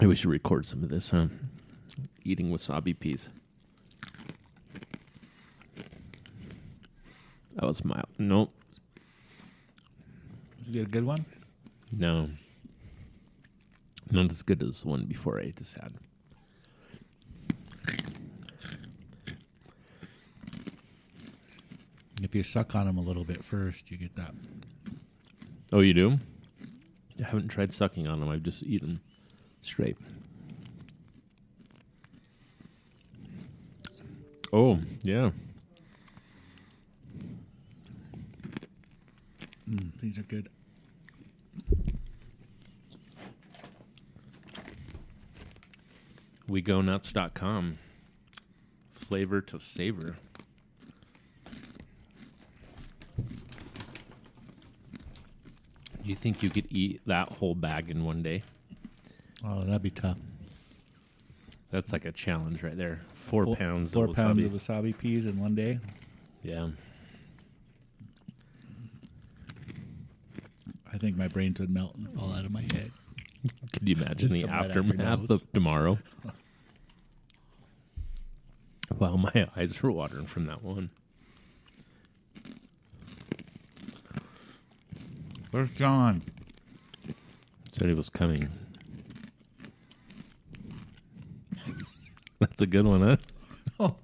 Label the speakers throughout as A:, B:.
A: I wish you record some of this, huh? Eating wasabi peas. That was mild. Nope.
B: Is it a good one?
A: No. Not as good as the one before I just had.
B: If you suck on them a little bit first, you get that.
A: Oh, you do? I haven't tried sucking on them. I've just eaten straight. Oh, yeah.
B: These are good.
A: WeGoNuts.com. Flavor to savor. Do you think you could eat that whole bag in one day?
B: Oh, that'd be tough.
A: That's like a challenge right there. Four, pounds
B: Four
A: of wasabi.
B: pounds of wasabi peas in one day.
A: yeah.
B: I think my brains would melt and fall out of my head.
A: Could you imagine the
B: come right out your
A: aftermath
B: nose.
A: of tomorrow? Wow, my eyes are watering from that one.
B: Where's John?
A: Said he was coming. That's a good one, huh?
B: Oh,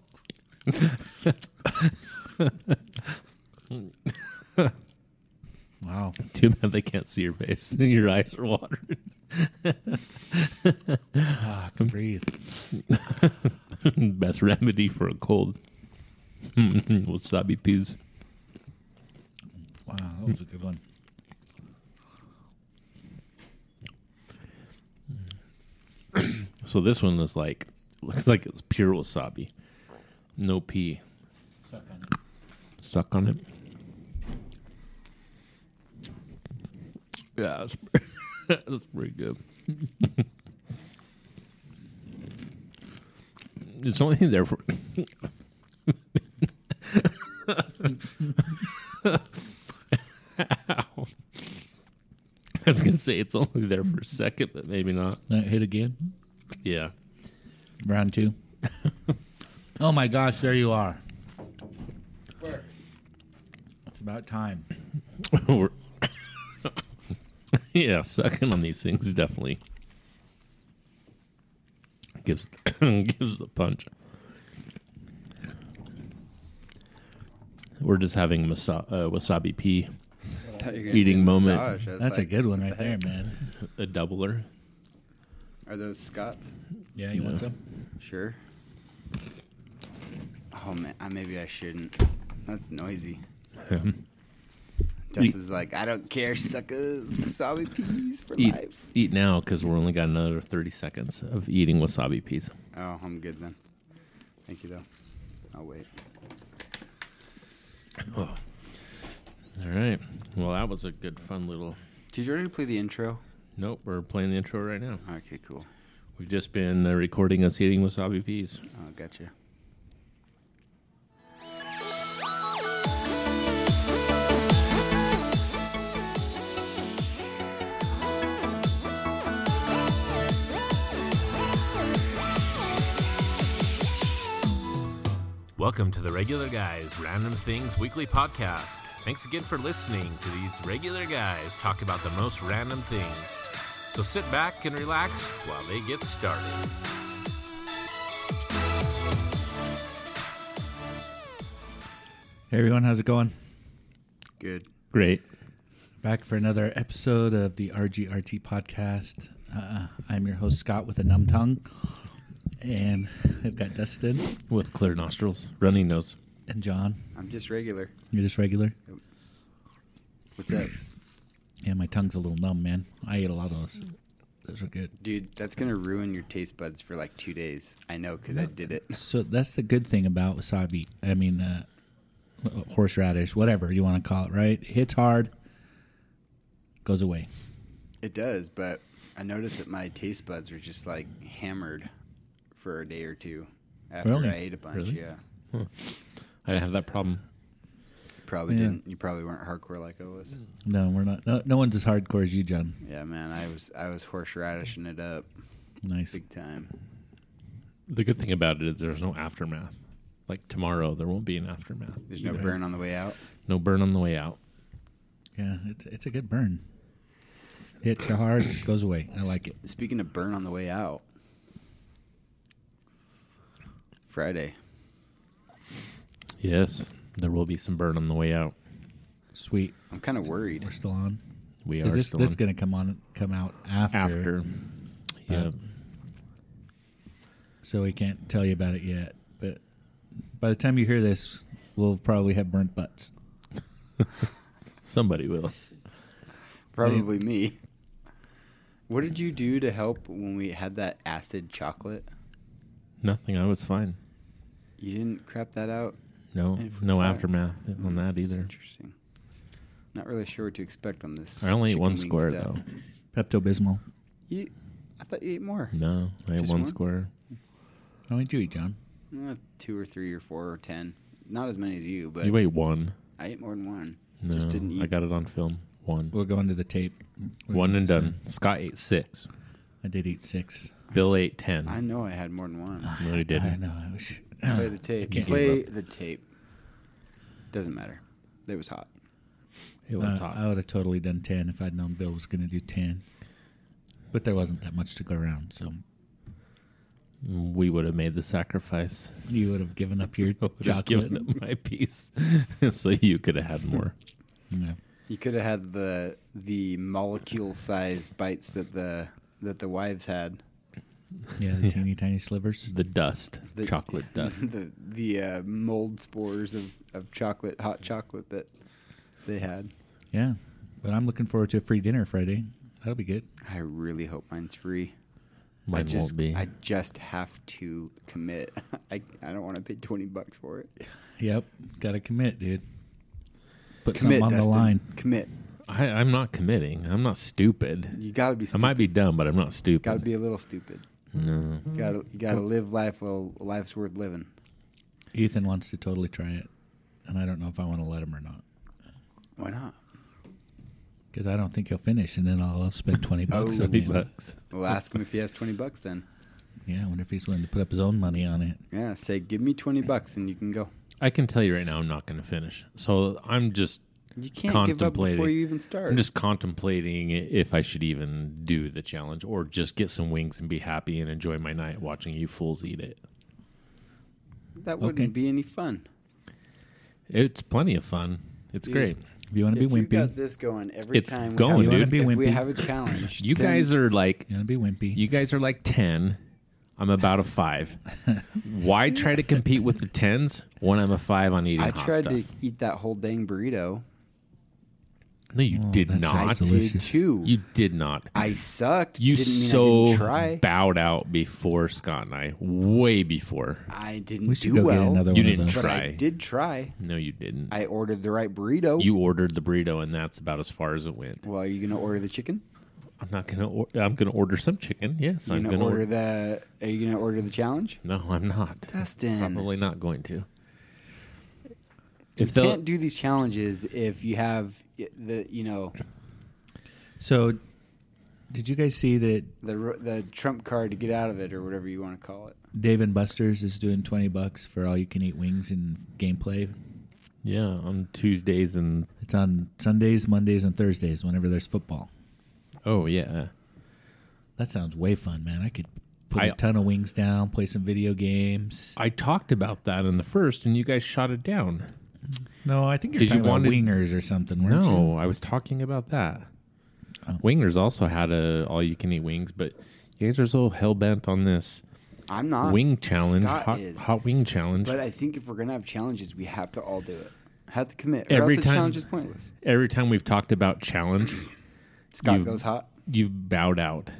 B: wow.
A: Too bad they can't see your face. your eyes are watering.
B: Ah, I can breathe.
A: Best remedy for a cold. Wasabi peas.
B: Wow, that was a good one.
A: So this one is like looks like it's pure wasabi. No pea.
B: Suck on
A: Suck on it. Yeah, that's, that's pretty good. it's only there for Ow. I was gonna say it's only there for a second, but maybe not.
B: That hit again.
A: Yeah.
B: Round two. oh my gosh, there you are. It's about time.
A: We're- yeah, sucking on these things definitely gives gives the punch. We're just having masa- uh, wasabi pea,
C: Thought you were gonna
A: Eating
C: say
A: moment.
C: massage. I was
B: That's a
C: like,
B: good one
C: what
B: right
C: the
B: there,
C: heck?
B: man.
A: a doubler.
C: Are those Scots?
B: Yeah, you want some?
C: Sure. Oh man, I, maybe I shouldn't. That's noisy.
A: Um,
C: Tess
A: Ye-
C: is like, I don't care, suckers. Wasabi peas for
A: Eat,
C: life.
A: eat now because we're only got another thirty seconds of eating wasabi peas.
C: Oh, I'm good then. Thank you though. I'll wait.
A: Oh. All right. Well, that was a good, fun little.
C: Did you already play the intro?
A: Nope, we're playing the intro right now.
C: Okay, cool.
A: We've just been uh, recording us eating wasabi peas.
C: Oh, gotcha.
A: Welcome to the Regular Guys Random Things Weekly Podcast. Thanks again for listening to these regular guys talk about the most random things. So sit back and relax while they get started.
B: Hey everyone, how's it going?
C: Good.
A: Great.
B: Back for another episode of the RGRT podcast. Uh, I'm your host Scott with a numb tongue, and I've got Dustin
A: With clear nostrils, runny nose.
B: and John.
C: I'm just regular.
B: You're just regular.
C: What's up?
B: Yeah, my tongue's a little numb, man. I ate a lot of those. Those are good.
C: Dude, that's gonna ruin your taste buds for like two days. I know, cause I did it.
B: So that's the good thing about wasabi. I mean, uh, horseradish, whatever you want to call it, right? Hits hard, goes away.
C: It does, but I noticed that my taste buds were just like hammered for a day or two after
B: Really?
C: I ate a bunch.
A: Really?
C: Yeah,
A: I didn't have that problem.
C: probably
B: Yeah.
C: didn't. You probably weren't hardcore like I was.
B: No, we're not. No, no one's as hardcore as you, John.
C: Yeah, man, I was. I was horseradishing it up.
B: Nice.
C: big time.
A: The good thing about it is there's no aftermath. Like tomorrow, there won't be an aftermath.
C: There's no burn on the way out.
A: No burn on the way out.
B: Yeah, it's it's a good burn. Hits you hard, goes away. I like it.
C: Speaking of burn on the way out, Friday.
A: Yes, there will be some burn on the way out.
B: Sweet.
C: I'm kind of worried.
B: We're still on.
A: We
B: Is
A: are
B: this
A: still
B: this
A: on-
B: going to come on come out after,
A: after. Uh, Yeah.
B: So we can't tell you about it yet. But by the time you hear this, we'll probably have burnt butts.
A: somebody will.
C: Probably me. What did you do to help when we had that acid chocolate?
A: Nothing. I was fine.
C: You didn't crap that out?
A: No,
C: Yeah, for
A: no
C: fire. Mm-hmm.
A: aftermath on that
C: That's
A: either.
C: Interesting. Not really sure what to expect on this.
A: I only ate
C: chicken
A: one
C: wing
A: square
C: stuff.
A: though.
B: Pepto Bismol.
C: You, I thought you ate more.
A: No, I ate
C: Just
A: one
C: one?
A: square.
B: How many did you eat, John?
C: Uh, two or three or four or ten. Not as many as you, but
A: you ate one.
C: I ate more than one.
A: No,
C: Just didn't eat.
A: I got it on film. One,
B: We'll go into the tape. We're
A: one
B: gonna
A: and
B: just-
A: done. Scott ate six.
B: I did eat six.
A: Bill ate ten.
C: I know I had more than one.
A: no, he
B: I
A: didn't.
B: know. I wish.
C: Play the tape.
B: can't
C: Play the tape. Doesn't matter. It was hot.
A: It was
B: Uh,
A: hot.
B: I would have totally done 10 if I'd known Bill was going to do 10. But there wasn't that much to go around, so
A: we would have made the sacrifice.
B: you would have given up your
A: I would have
B: chocolate.
A: given up my piece, so you could have had more.
B: Yeah.
C: You could have had the the molecule sized bites that the that the wives had.
B: Yeah, the teeny tiny slivers.
A: The dust,
C: The-
A: chocolate dust.
C: the the uh, mold spores of, of chocolate, hot chocolate that they had.
B: Yeah. But I'm looking forward to a free dinner Friday. That'll be good.
C: I really hope mine's free. I
A: Mine
C: just,
A: won't be.
C: I just have to commit. I, I don't want to pay twenty bucks for it.
B: Yep. Got to commit, dude. Put
C: Commit
B: something on
C: Dustin.
B: the line.
C: Commit.
A: I, I'm not committing. I'm not stupid.
C: You gotta be.
A: I
C: Stupid.
A: might be dumb, but I'm not stupid.
C: Gotta be Mm-hmm. a little stupid.
A: No.
C: You gotta you gotta live life well. Life's worth living.
B: Ethan wants to totally try it, and I don't know if I want to let him or not.
C: Why not?
B: Because I don't think he'll finish, and then I'll spend 20
C: Oh,
B: bucks on
A: Twenty
B: him.
A: bucks.
C: We'll ask him if he has twenty bucks. Then
B: Yeah, I wonder if he's willing to put up his own money on it.
C: yeah, say give me twenty bucks and you can go.
A: I can tell you right now, I'm not going to finish. So I'm just,
C: You can't give up
A: Contemplating.
C: before you even start.
A: I'm just contemplating i- if I should even do the challenge or just get some wings and be happy and enjoy my night watching you fools eat it.
C: that wouldn't
B: Okay.
C: be any fun.
A: It's plenty of fun. It's
C: Dude.
A: great.
B: If you want to be
C: if you
B: wimpy,
C: got this going every
A: It's
C: time,
A: going,
C: we
A: dude.
C: have, If
B: You wanna be
C: we
B: wimpy.
C: have a challenge,
A: You
C: then
A: guys are like,
B: you want to be wimpy.
A: you guys are like ten. I'm about a five. Why try to compete with the tens when I'm a five on eating
C: I
A: hot
C: tried
A: stuff?
C: to eat that whole dang burrito.
A: no, you
B: Oh,
A: did
B: that's
A: not.
B: nice.
C: I did
B: Delicious.
C: too.
A: You did not.
C: I sucked.
A: You
C: didn't mean I
A: so
C: didn't try.
A: bowed out before Scott and I, way before.
C: I didn't
B: we should
C: do
B: go
C: well.
B: get another
A: You
B: one
A: didn't
B: of those.
A: try.
C: but I did try.
A: No, you didn't.
C: I ordered the right burrito.
A: you ordered the burrito, and that's about as far as it went.
C: well, are you gonna order the chicken?
A: I'm not gonna. Or- I'm gonna order some chicken. Yes,
C: You
A: I'm
C: gonna
A: gonna
C: order the? Are you gonna order the challenge?
A: No, I'm not.
C: Dustin.
A: Probably not going to. If
C: you
A: they'll
C: can't do these challenges if you have i- the you know
B: So, did you guys see that
C: the r- the trump card to get out of it or whatever you want to call it.
B: Dave and Buster's is doing twenty bucks for all you can eat wings and gameplay?
A: yeah, on Tuesdays and
B: It's on Sundays, Mondays, and Thursdays whenever there's football.
A: oh yeah,
B: That sounds way fun, man. I could put a
A: I-
B: ton of wings down, play some video games.
A: I talked about that in the first, and you guys shot it down.
B: No, I think you're
A: Did you
B: talking about
A: wanted-
B: wingers or something, weren't
A: No, I was talking about that.
B: Oh.
A: Wingers also had a all you can eat wings, but you guys are so hell bent on this
C: I'm not
A: wing challenge,
C: Uh, Scott
A: hot,
C: is.
A: hot wing challenge.
C: But I think if we're gonna have challenges, we have to all do it. Have to commit. or
A: Every
C: else
A: time-
C: the challenge is pointless.
A: Every time we've talked about challenge,
C: Scott
A: You-
C: goes hot.
A: you've bowed out,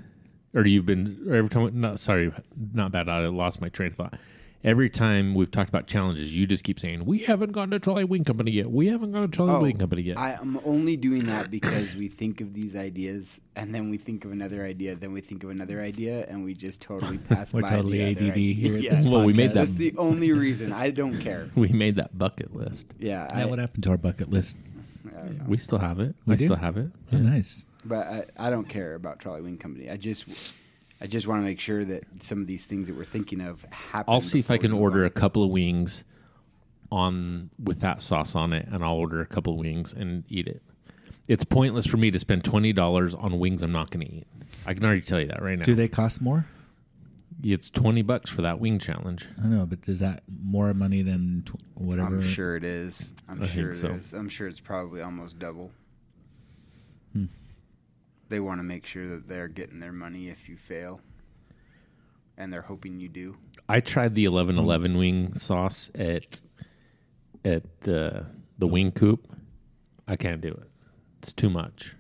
A: or you've been or every time. No, sorry, not bowed out. I lost my train of thought. Every time we've talked about challenges, you just keep saying we haven't gone to Trolley Wing Company yet. We haven't gone to Trolley Wing Company yet.
C: Oh, I am only doing that because we think of these ideas, and then we think of another idea, then we think of another idea, and we just totally pass
B: We're
C: by.
B: totally
C: the
B: ADD
C: other idea.
B: here at
C: Yeah.
B: this
A: Well, we made that-
B: podcast.
C: That's the only reason. I don't care.
A: we made that bucket list.
C: Yeah,
B: Yeah,
C: I, uh,
B: what happened to our bucket list?
C: I don't know.
A: We still have it.
B: We
A: I
B: do?
A: still have it.
B: Oh, nice.
C: but I, I don't care about Trolley Wing Company. I just I just want to make sure that some of these things that we're thinking of happen.
A: I'll see if I
C: before
A: can
C: we go
A: order
C: on.
A: a couple of wings on with that sauce on it, and I'll order a couple of wings and eat it. It's pointless for me to spend twenty dollars on wings I'm not going to eat. I can already tell you that right now.
B: Do they cost more?
A: it's twenty bucks for that wing challenge.
B: I don't know, but is that more money than tw- whatever?
C: I'm sure it is. I'm
A: I
C: sure it
A: think so.
C: is. I'm sure it's probably almost double. They want to make sure that they're getting their money if you fail, and they're hoping you do.
A: I tried the eleven
C: Mm.
A: eleven wing sauce at at uh, the wing coop. I can't do it. It's too much.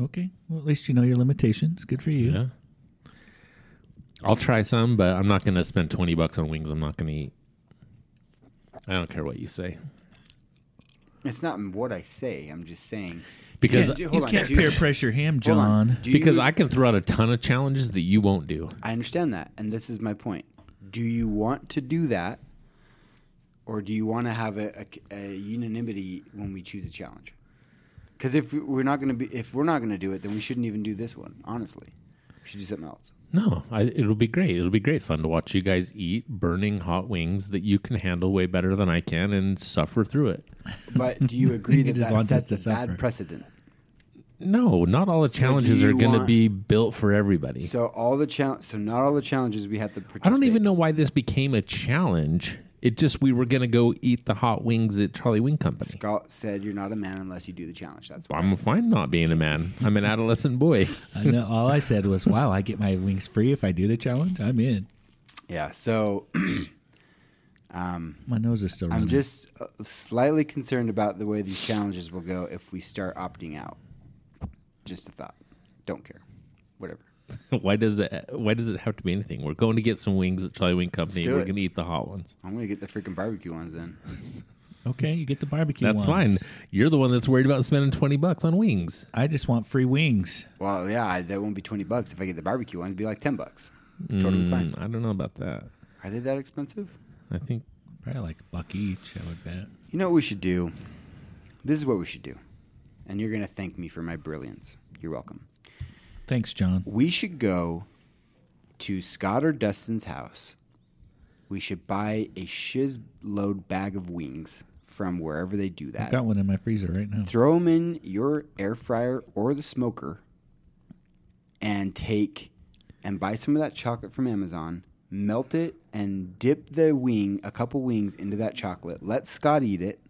B: Okay. Well, at least you know your limitations. Good for you.
A: Yeah. I'll try some, but I'm not going to spend 20 bucks on wings I'm not going to eat. I don't care what you say.
C: It's not what I say. I'm just saying.
A: Because
C: Can't do-
B: You
C: Hold on,
B: can't
C: do you-
B: peer pressure him,
C: Hold on.
B: John.
C: Do
A: because
C: you-
A: I can throw out a ton of challenges that you won't do.
C: I understand that, and this is my point. Do you want to do that, or do you want to have a, a- a unanimity when we choose a challenge? Because if we're not going to be, if we're not going to do it, then we shouldn't even do this one. Honestly, we should do something else.
A: No, I, it'll be great. It'll be great fun to watch you guys eat burning hot wings that you can handle way better than I can and suffer through it.
C: But do you agree
B: He
C: that
B: just
C: that
B: wants us
C: sets
B: to
C: a
B: suffer.
C: bad precedent?
A: No, not all the challenges
C: do
A: are
C: you
A: going to
C: want-
A: be built for everybody.
C: So all the challenge, so not all the challenges we have to. Participate.
A: I don't even know why this became a challenge. It just we were going to go eat the hot wings at Charlie Wing Company.
C: Scott said you're not a man unless you do the challenge. That's why.
A: I'm fine not being a man. I'm an adolescent boy.
B: I know. All I said was, "Wow, I get my wings free if I do the challenge. I'm in."
C: Yeah. So
B: My nose is still running.
C: I'm just uh, slightly concerned about the way these challenges will go if we start opting out. Just a thought. Don't care. Whatever.
A: why does it? Why does it have to be anything? We're going to get some wings at Charlie Wing Company.
C: do
A: We're
C: it.
A: going to eat the hot ones.
C: I'm gonna get the freaking barbecue ones then.
B: okay. You get the barbecue.
A: That's fine.
B: ones.
A: You're the one that's worried about spending twenty bucks on wings.
B: I just want free wings.
C: Well, yeah, I, that won't be twenty bucks if I get the barbecue ones. It'd be like ten bucks. Totally fine.
A: Mm, I don't know about that.
C: Are they that expensive?
A: I think
B: Probably like a buck each. I would bet.
C: You know what we should do? This is what we should do, and you're gonna thank me for my brilliance. You're welcome.
B: Thanks, John.
C: We should go to Scott or Dustin's house. We should buy a shiz load bag of wings from wherever they do
B: I've
C: that.
B: got one in my freezer right now.
C: Throw them in your air fryer or the smoker and take and buy some of that chocolate from Amazon, melt it and dip the wing, a couple wings into that chocolate. Let Scott eat it.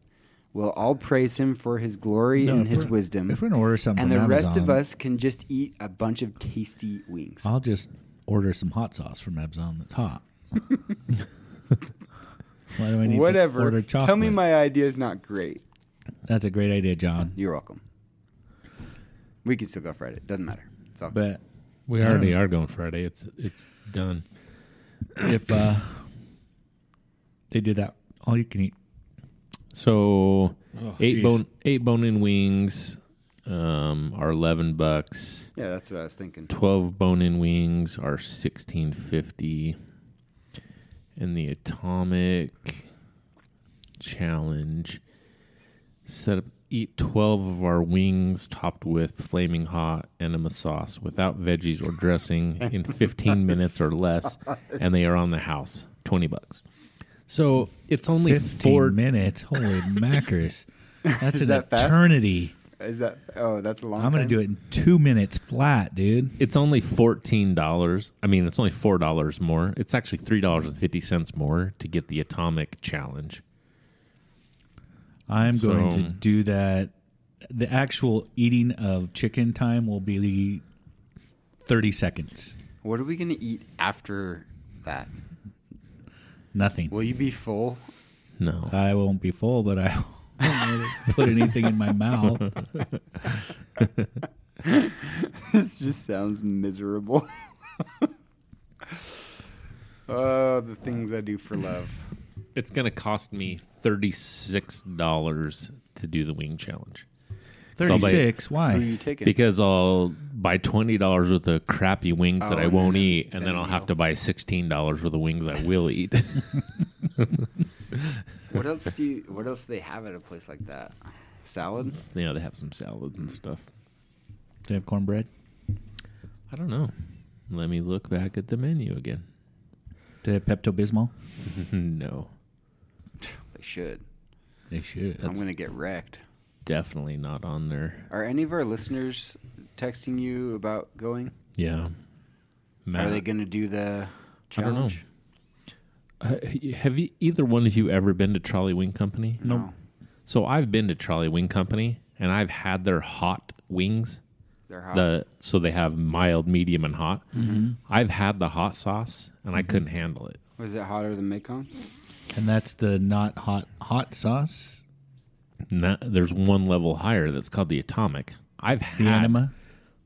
C: We'll all praise him for his glory
B: No,
C: and
B: if
C: his
B: we're-
C: wisdom.
B: If we're gonna order something,
C: and the
B: from
C: rest of
B: Amazon,
C: us can just eat a bunch of tasty wings.
B: I'll just order some hot sauce from Amazon that's hot. Why do I need To
C: Whatever.
B: order chocolate? Uh,
C: Tell me my idea is not great.
B: That's a great idea, John.
C: You're welcome. We can still go Friday. Doesn't matter. It's all
B: But
A: we already are going Friday. It's it's done.
B: if uh, they did that, all you can eat.
A: So
B: Oh,
A: eight
B: geez.
A: bone eight bone in wings um, are eleven bucks.
C: yeah, that's what I was thinking.
A: 12 bone in wings are 1650 and the atomic challenge set up eat 12 of our wings topped with flaming hot enema sauce without veggies or dressing in 15 minutes or less and they are on the house 20 bucks so it's only
B: Fifteen
A: four
B: minutes. Holy mackers! That's an
C: that fast?
B: eternity.
C: Is that? Oh, that's a long.
B: I'm gonna do it in two minutes flat, dude.
A: it's only fourteen dollars. I mean, it's only four dollars more. It's actually three dollars and fifty cents more to get the atomic challenge.
B: I'm going
A: So-
B: to do that. The actual eating of chicken time will be 30 seconds.
C: What are we gonna eat after that?
B: Nothing.
C: Will you be full?
A: No,
B: I won't be full, but I won't put anything in my mouth.
C: this just sounds miserable. oh, the things I do for love.
A: it's going to cost me thirty six dollars to do the wing challenge
B: 36.
C: Who are
B: Why?
C: you taking?
A: because I'll buy twenty dollars worth of crappy wings that
C: Oh,
A: I
C: and
A: won't
C: then-
A: eat, and
C: then
A: then I'll
C: you-
A: have to buy sixteen dollars worth of wings I will eat.
C: what else do you? What else do they have at a place like that? Salad.
A: you know, they have some salads and stuff.
B: Do you have cornbread?
A: I don't know. Let me look back at the menu again.
B: Do they have Pepto Bismol?
A: no,
C: They should.
B: They should.
C: I'm going to get wrecked.
A: definitely not on there.
C: Are any of our listeners texting you about going?
A: Yeah. Matt,
C: Are they going to do the
A: I don't know.
C: challenge?
A: Uh, have you, either one of you ever been to Trolley Wing Company?
C: No.
A: So I've been to Trolley Wing Company and I've had their hot wings.
C: They're hot.
A: The so they have mild, medium, and hot.
C: Mm-hmm.
A: I've had the hot sauce and I couldn't handle it.
C: Was it hotter than Mekong?
B: And that's the not hot hot sauce.
A: And that- there's one level higher that's called the atomic. I've
B: The
A: had
B: enema,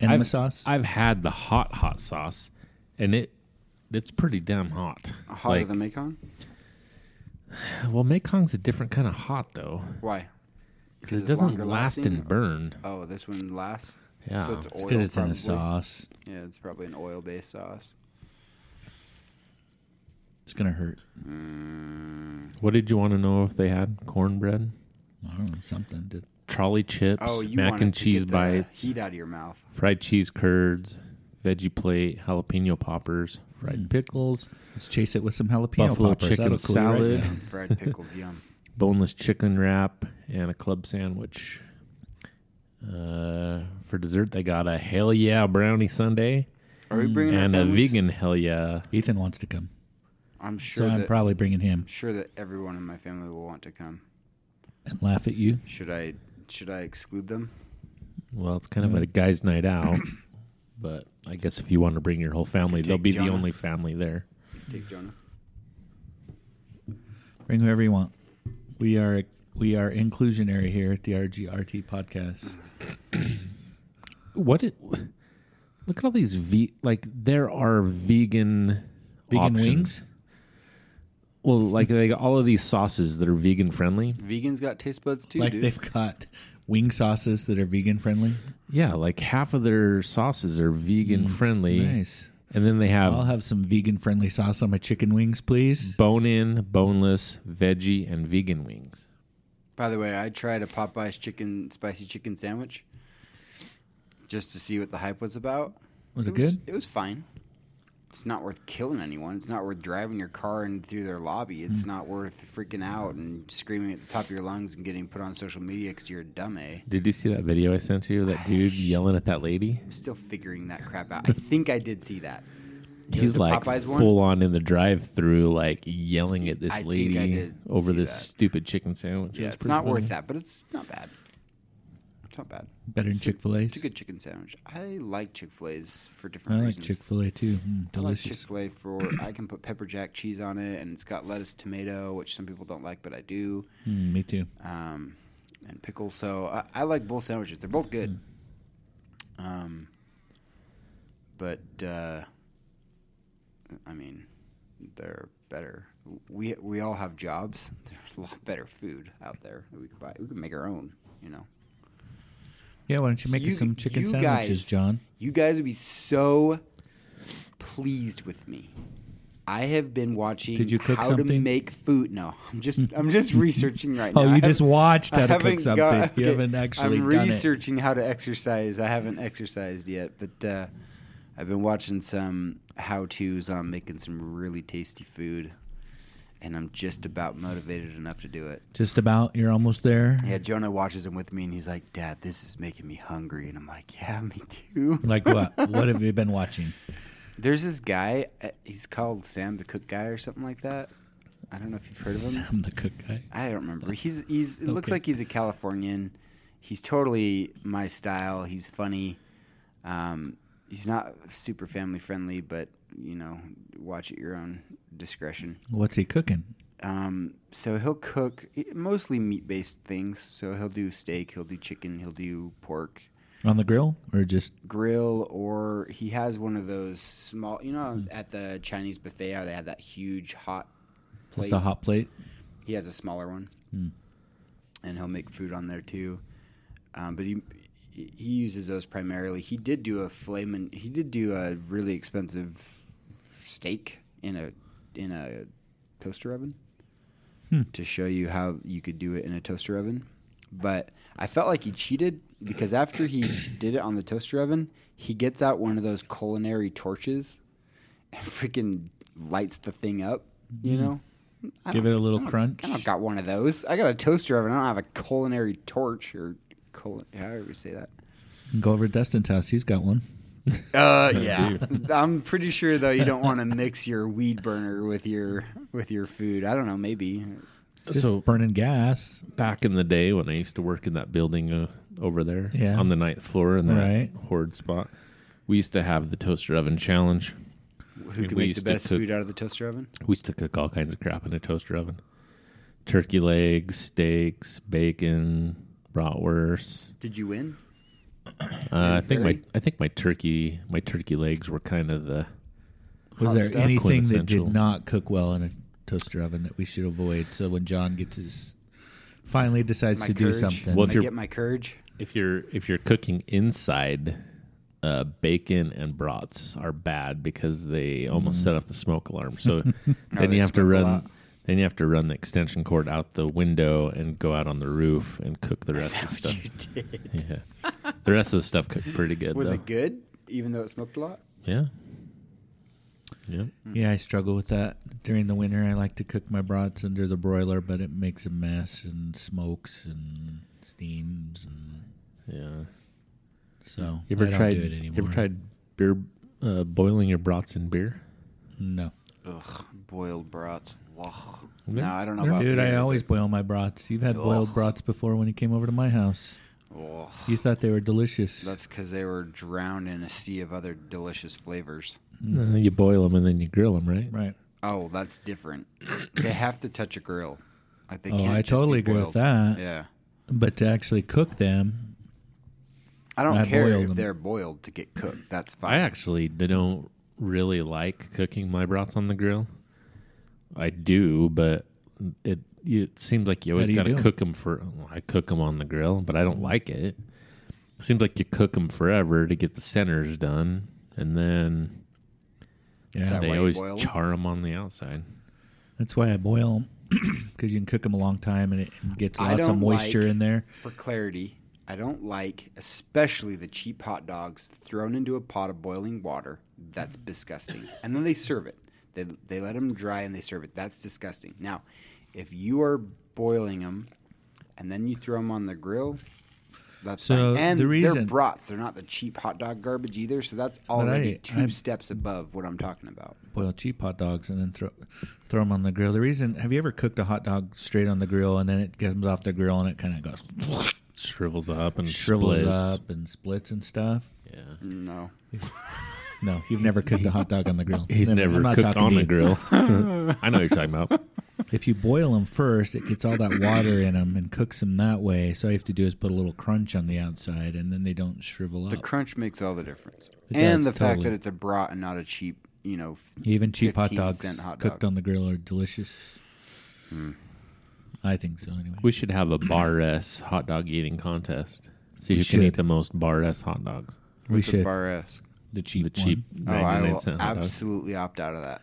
B: enema
A: I've-
B: sauce.
A: I've had the hot hot sauce, and it it's pretty damn hot.
C: Hotter than Mekong?
A: well, Mekong's a different kind of hot though.
C: Why?
A: 'Cause
C: Is
A: it
C: it
A: doesn't
C: longer
A: last
C: lasting
A: and burn.
C: Oh, this one lasts.
A: Yeah,
C: So it's oil.
B: it's because it's in
C: probably.
B: a sauce.
C: Yeah, it's probably an oil-based sauce.
B: It's gonna hurt.
A: What did you want to know if they had cornbread,
B: I don't know something. Did,
A: trolley chips,
C: Oh, you
A: mac
C: wanted
A: and
C: to
A: cheese
C: get the
A: bites,
C: Heat out of your mouth.
A: fried cheese curds, veggie plate, jalapeno poppers, fried pickles,
B: let's chase it with some jalapeno
A: Buffalo
B: poppers.
A: chicken
B: That'll cool you right
A: salad.
B: down.
C: Fried pickles, yum.
A: boneless chicken wrap, and a club sandwich. Uh, for dessert, they got a hell yeah brownie sundae
C: Are we bringing our
A: and a
C: families?
A: vegan hell yeah.
B: Ethan wants to come,
C: I'm sure
B: so I'm
C: that
B: probably bringing him
C: sure that everyone in my family will want to come.
B: and laugh at you.
C: Should I should I exclude them?
A: Well, it's kind of a guy's night out, but I guess if you want to bring your whole family, they'll
C: take
A: be
C: Jonah.
A: the only family there.
C: Take Jonah.
B: Bring whoever you want. We are we are inclusionary here at the RGRT podcast.
A: What? It, look at all these ve- like there are vegan
B: Vegan
A: options.
B: wings.
A: Well, like they got all of these sauces that are vegan friendly.
C: Vegans got taste buds too,
B: like
C: dude.
B: they've got wing sauces that are vegan friendly.
A: Yeah, like half of their sauces are vegan friendly.
B: Mm, Nice.
A: And then they have
B: I'll have some vegan friendly sauce on my chicken wings, please.
A: bone in, boneless, veggie, and vegan wings.
C: By the way, I tried a Popeyes chicken spicy chicken sandwich just to see what the hype was about.
B: Was it good?
C: It was fine. It's not worth killing anyone. It's not worth driving your car in through their lobby.
B: Mm.
C: It's not worth freaking out and screaming at the top of your lungs and getting put on social media because you're a dumb eh?
A: Did you see that video I sent you? That dude yelling at that lady?
C: I'm still figuring that crap out. I think I did see that.
A: He's
C: the
A: like
C: Popeyes one?
A: full on in the drive through, like yelling at this
C: I think I
A: lady
C: did
A: over
C: see
A: this
C: that.
A: stupid chicken sandwich. It
C: Yeah,
A: was
C: it's
A: pretty
C: not
A: funny.
C: worth that, but it's not bad. It's not bad.
B: Better than Chick Fil A.
C: It's a good chicken sandwich. I like Chick Fil A's for
B: I
C: different
B: like
C: reasons.
B: Chick Fil A too. Mm,
C: I like
B: delicious.
C: Chick Fil A for I can put pepper jack cheese on it, and it's got lettuce, tomato, which some people don't like, but I do,
B: Mm, me too.
C: um, and pickles. So I, I like both sandwiches. They're both good. Um, but uh, I mean, they're better. We we all have jobs. There's a lot better food out there that we could buy. We could make our own. You know.
B: Yeah, why don't you make
C: You-
B: us some chicken
C: you
B: sandwiches,
C: guys-
B: John?
C: You guys would be so pleased with me. I have been watching
B: Did you cook
C: how to
B: something?
C: make food. No, I'm just I'm just researching right now.
B: Oh,
C: I
B: you just
C: haven't-
B: watched
C: I
B: how to cook
C: haven't
B: something.
C: got-
B: You
C: okay,
B: haven't actually
C: I'm
B: done it.
C: researching how to exercise. I haven't exercised yet, but uh, I've been watching some how tos on making some really tasty food, and I'm just about motivated enough to do it.
B: Just about. You're almost there.
C: Yeah, Jonah watches him with me, and he's like, "Dad, this is making me hungry," and I'm like, "Yeah, me too."
B: Like what? what have you been watching?
C: There's this guy. uh, He's called Sam the Cook Guy or something like that. I don't know if you've heard of him.
B: Sam the cook guy.
C: I don't remember. He's he's. It looks
B: Okay.
C: like he's a Californian. He's totally my style. He's funny. Um, he's not super family friendly, but you know, watch at your own discretion.
B: What's he cooking?
C: Um, so he'll cook eh, mostly meat based things. So he'll do steak. He'll do chicken. He'll do pork
B: On the grill or just
C: grill or he has one of those small you
B: Hmm.
C: know at the chinese buffet how they have that huge hot plate
B: just a hot plate? Hmm.
C: he has a smaller one and he'll make food on there too um, but he he uses those primarily he did do a flamin he did do a really expensive steak in a in a toaster oven
B: Hmm.
C: to show you how you could do it in a toaster oven but i felt like he cheated because after he did it on the toaster oven, he gets out one of those culinary torches and freaking lights the thing up. You know,
B: Hmm. Give it a little crunch.
C: I don't got one of those. I got a toaster oven. I don't have a culinary torch or cul- however you say that.
B: Go over to Dustin's house. He's got one.
C: Uh, yeah. I'm pretty sure though you don't want to mix your weed burner with your with your food. I don't know, maybe.
B: Just
A: So-
B: burning gas.
A: back in the day when I used to work in that building uh, over there
B: Yeah.
A: on the ninth floor in that
B: Right.
A: hoard spot, we used to have the toaster oven challenge.
C: Who
A: we
C: can make
A: used
C: the
A: to
C: best
A: cook-
C: food out of the toaster oven?
A: We used to cook all kinds of crap in a toaster oven turkey legs, steaks, bacon, bratwurst.
C: Did you win?
A: Uh, I think my
C: Very.
A: I think my turkey my turkey legs were kind of the
B: Was
C: Hot
B: there
C: stuff.
B: anything that
A: Quintessential.
B: did not cook well in a toaster oven that we should avoid? So when John gets his finally decides
C: My
B: to do
C: courage.
B: something,
A: Well, if
C: Can I
A: you're-
C: get my courage?
A: if you're if you're cooking inside uh, bacon and brats are bad because they almost set off the smoke alarm so then
C: Mm-hmm. they
A: you have to
C: smoke a
A: run
C: lot.
A: then you have to run the extension cord out the window and go out on the roof and cook the rest of the stuff yeah the rest of the stuff cooked pretty good
C: Was
A: though.
C: it good, even though it smoked a lot?
A: yeah yeah
C: Mm-hmm.
B: yeah, I struggle with that during the winter. I like to cook my brats under the broiler, but it makes a mess and smokes and steams, and
A: yeah
B: so
A: you ever
B: I don't
A: tried
B: do it
A: you
B: anymore.
A: ever tried beer uh, boiling your brats in beer
B: No,
C: Ugh, boiled brats. Wow.
A: They're-
C: No, I don't know about
B: dude, I
C: beer,
B: always boil my brats. You've had boiled
C: Ugh.
B: brats before when you came over to my house.
C: but- Ugh.
B: You thought they were delicious.
C: That's because they were drowned in a sea of other delicious flavors. Mm.
A: Uh, you boil them and then you grill them right
B: right.
C: Oh, that's different. they have to touch a grill. Like they
B: Oh,
C: can't
B: I
C: just be
B: totally agree with
C: boiled.
B: that.
C: Yeah.
B: But to actually cook them,
C: I don't
B: I
C: care
B: boiled
C: if
B: them.
C: they're boiled to get cooked. That's fine.
A: I actually don't really like cooking my brats on the grill. I do, but it it seems like you always
B: do you
A: got to
B: do Mm-hmm. 'em?
A: cook them for. well, I cook them on the grill, but I don't like it. It seems like you cook them forever to get the centers done, and then
B: yeah,
C: that why
A: they
C: you
A: always
C: boil 'em?
A: char them on the outside.
B: That's why I boil them because you can cook them a long time and it gets
C: I
B: lots of
C: don't
B: moisture
C: like-
B: in there.
C: For clarity, I don't like, especially the cheap hot dogs thrown into a pot of boiling water. That's disgusting. And then they serve it. They, they let them dry and they serve it. That's disgusting. Now, if you are boiling them and then you throw them on the grill, that's
B: So
C: fine. And
B: the
C: they're
B: reason-
C: brats. They're not the cheap hot dog garbage either. So that's already 2
B: I'm-
C: steps above what I'm talking about.
B: Boil cheap hot dogs and then throw throw them on the grill. The reason have you ever cooked a hot dog straight on the grill and then it comes off the grill and it kind of goes
A: Shrivels up and
B: shrivels
A: splits.
B: up and splits and stuff?
A: Yeah.
C: No.
B: No, you've never cooked a hot dog on the grill.
A: He's
B: I'm
A: never
B: not
A: cooked
B: talking
A: on
B: to
A: the
B: you.
A: grill. I know what you're talking about.
B: If you boil them first, it gets all that water in them and cooks them that way. So all you have to do is put a little crunch on the outside and then they don't shrivel
C: The
B: up.
C: crunch makes all the difference.
B: It
C: and
B: does,
C: the fact
B: totally.
C: that it's a brat and not a cheap, you know,
B: Even cheap hot
C: 15
B: dogs
C: cent hot
B: cooked
C: dog. Hmm.
B: on the grill are delicious. I think so, anyway.
A: We should have a bar S hot dog eating contest. See who can
B: We should.
A: eat the most bar S hot dogs.
B: We should.
C: Bar-esque.
B: the cheap
A: The cheap
C: Oh, I
A: 99
C: will
A: cent hot dogs.
C: absolutely opt out of that.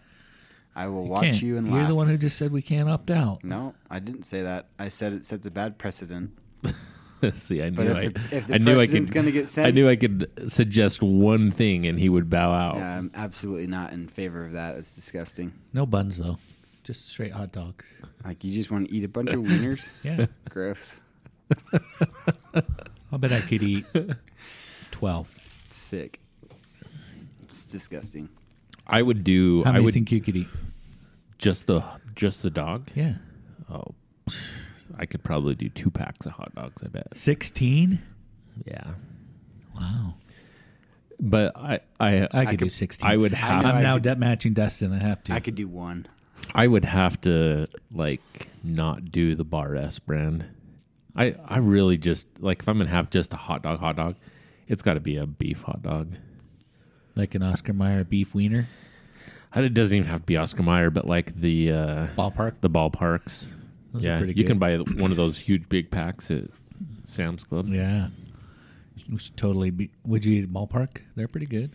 C: I will
B: one.
C: watch
B: Can't.
C: you and
B: You're
C: laugh.
B: the one who just said we can't opt out.
C: No, I didn't say that. I said it sets a bad precedent.
A: See, I
C: But
A: knew
C: if
A: I,
C: the- if the
A: I knew I
C: president's
A: could.
C: gonna get sent-
A: I knew I could suggest one thing and he would bow out.
C: Yeah, I'm absolutely not in favor of that. It's disgusting.
B: No buns though, just straight hot dog.
C: Like you just want to eat a bunch of wieners.
B: Yeah,
C: Gross.
B: I'll bet I could eat twelve.
C: Sick. It's disgusting.
A: I would do.
B: How
A: I
B: many
A: would
B: think you could eat?
A: just the just the dog.
B: Yeah,
A: Oh, I could probably do two packs of hot dogs. I bet.
B: sixteen.
A: Yeah,
B: Wow,
A: but I I
B: I could, do sixteen.
A: I would
C: I
A: have.
C: know
B: I'm
C: I
B: now
C: could-
B: debt matching Dustin. I have to.
C: I could do one.
A: I would have to like not do the Bar S brand. I I really just like if I'm gonna have just a hot dog, hot dog, it's got to be a beef hot dog.
B: like an Oscar Mayer beef wiener
A: And it doesn't even have to be Oscar Mayer, but like the uh,
B: ballpark.
A: the ballparks.
B: Those are
A: yeah,
B: pretty
A: you
B: good.
A: can buy one of those huge big packs at Sam's Club.
B: Yeah, We should totally. Be, would you eat at ballpark? They're pretty good.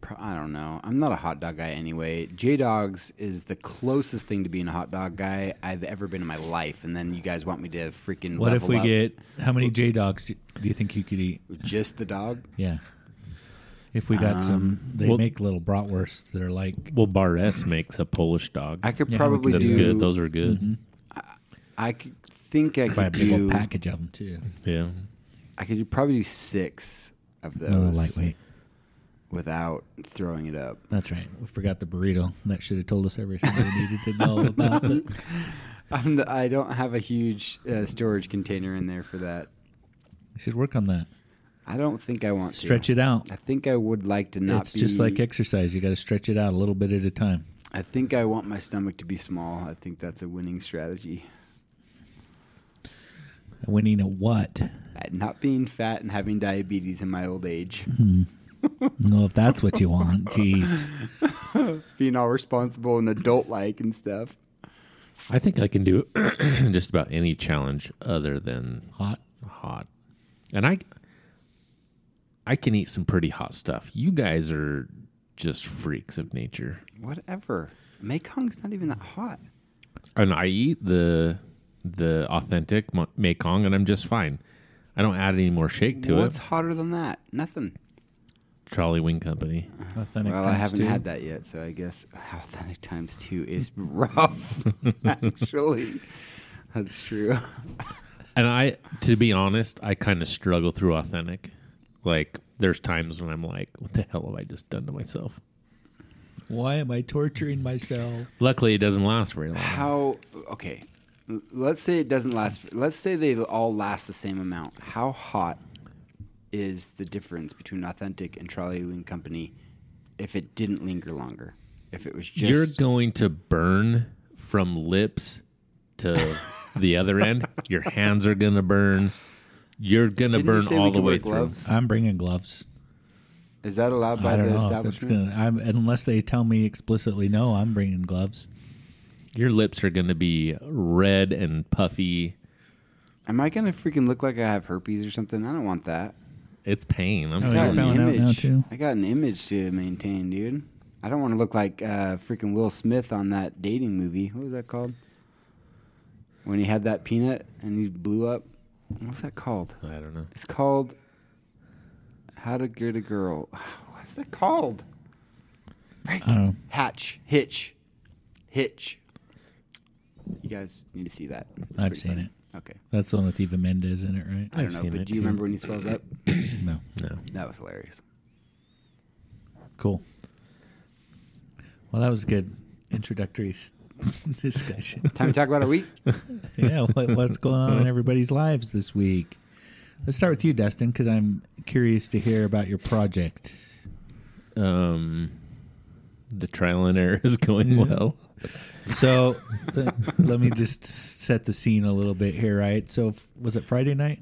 C: Pro- I don't know. I'm not a hot dog guy anyway. J Dogs is the closest thing to being a hot dog guy I've ever been in my life. And then you guys want me to freaking
B: What if
C: level
B: we
C: up
B: get how many J dogs do do you think you could eat?
C: with just the dog?
B: Yeah. If we got some, they
A: well-
B: make little bratwursts. They're like
A: Well, Bar S makes a Polish dog.
C: I could
B: Yeah, we
C: probably
A: That's
C: do.
A: good. Those are good.
B: Mm-hmm.
C: I could think I
B: buy a
C: could
B: big
C: do.
B: old package of them too.
A: Yeah.
C: I could do- probably do six of those
B: Oh, lightweight.
C: without throwing it up.
B: That's right. We forgot the burrito. That should have told us everything we needed to know about it.
C: I'm the, I don't have a huge uh, storage container in there for that.
B: We should work on that.
C: I don't think I want
B: Stretch
C: to.
B: it out.
C: I think I would like to not
B: it's
C: be.
B: just like exercise. You got to stretch it out a little bit at a time.
C: I think I want my stomach to be small. I think that's a winning strategy.
B: Winning at what?
C: At Not being fat and having diabetes in my old age.
B: Mm-hmm. No, if that's what you want. Jeez.
C: being all responsible and adult like and stuff.
A: I think I can do just about any challenge other than
B: Hot.
A: hot. And I I can eat some pretty hot stuff. You guys are just freaks of nature.
C: Whatever. Mekong's not even that hot.
A: And I eat the the authentic Mo- Mekong and I'm just fine. I don't add any more shake to
C: What's
A: it.
C: hotter than that? Nothing.
A: Trolley Wing Company.
B: Authentic
C: Well, I
B: times
C: haven't
B: two.
C: had that yet, so I guess authentic times two is rough. actually, that's true.
A: And I to be honest, I kind of struggle through authentic. Like there's times when I'm like, what the hell have I just done to myself?
B: Why am I torturing myself?
A: Luckily it doesn't last very long.
C: How? Okay, l- let's say it doesn't last. f- Let's say they all last the same amount. How hot is the difference between authentic and trolley wing company if it didn't linger longer? If it was just
A: You're going to burn from lips to the other end. Your hands are going to burn. You're going to
C: Didn't you
A: burn
C: say we
A: all the
C: could
A: way
C: wear
A: through.
C: gloves?
B: I'm bringing gloves.
C: Is that allowed by
B: I don't
C: the
B: know if it's
C: establishment?
B: gonna. I'm, unless they tell me explicitly, no, I'm bringing gloves.
A: Your lips are going to be red and puffy.
C: Am I gonna freaking look like I have herpes or something? I don't want that.
A: It's pain. I'm
B: Oh,
C: I
A: telling you.
C: got
B: found
C: an
B: out now,
C: image.
B: too?
C: I got an image to maintain, dude. I don't want to look like uh, freaking Will Smith on that dating movie. What was that called? When he had that peanut and he blew up. What's that called?
A: I don't know.
C: It's called How to Get a Girl. What's that called? Frank.
B: I don't know.
C: Hatch. Hitch. Hitch. You guys need to see that. It's
B: I've
C: pretty
B: seen
C: funny.
B: it.
C: Okay.
B: That's the one with Eva Mendes in it, right?
C: I don't
A: I've
C: know,
A: seen
C: but
A: it
C: do you
A: too.
C: remember when he swells up?
B: No.
A: No.
C: That was hilarious.
B: Cool. Well, that was good introductory s- discussion.
C: Time to talk about a week.
B: yeah, what, what's going on in everybody's lives this week? Let's start with you, Dustin, because I'm curious to hear about your project.
A: Um, the trial and error is going
C: Mm.
A: well.
B: So uh, let me just set the scene a little bit here, right? So f- was it Friday night?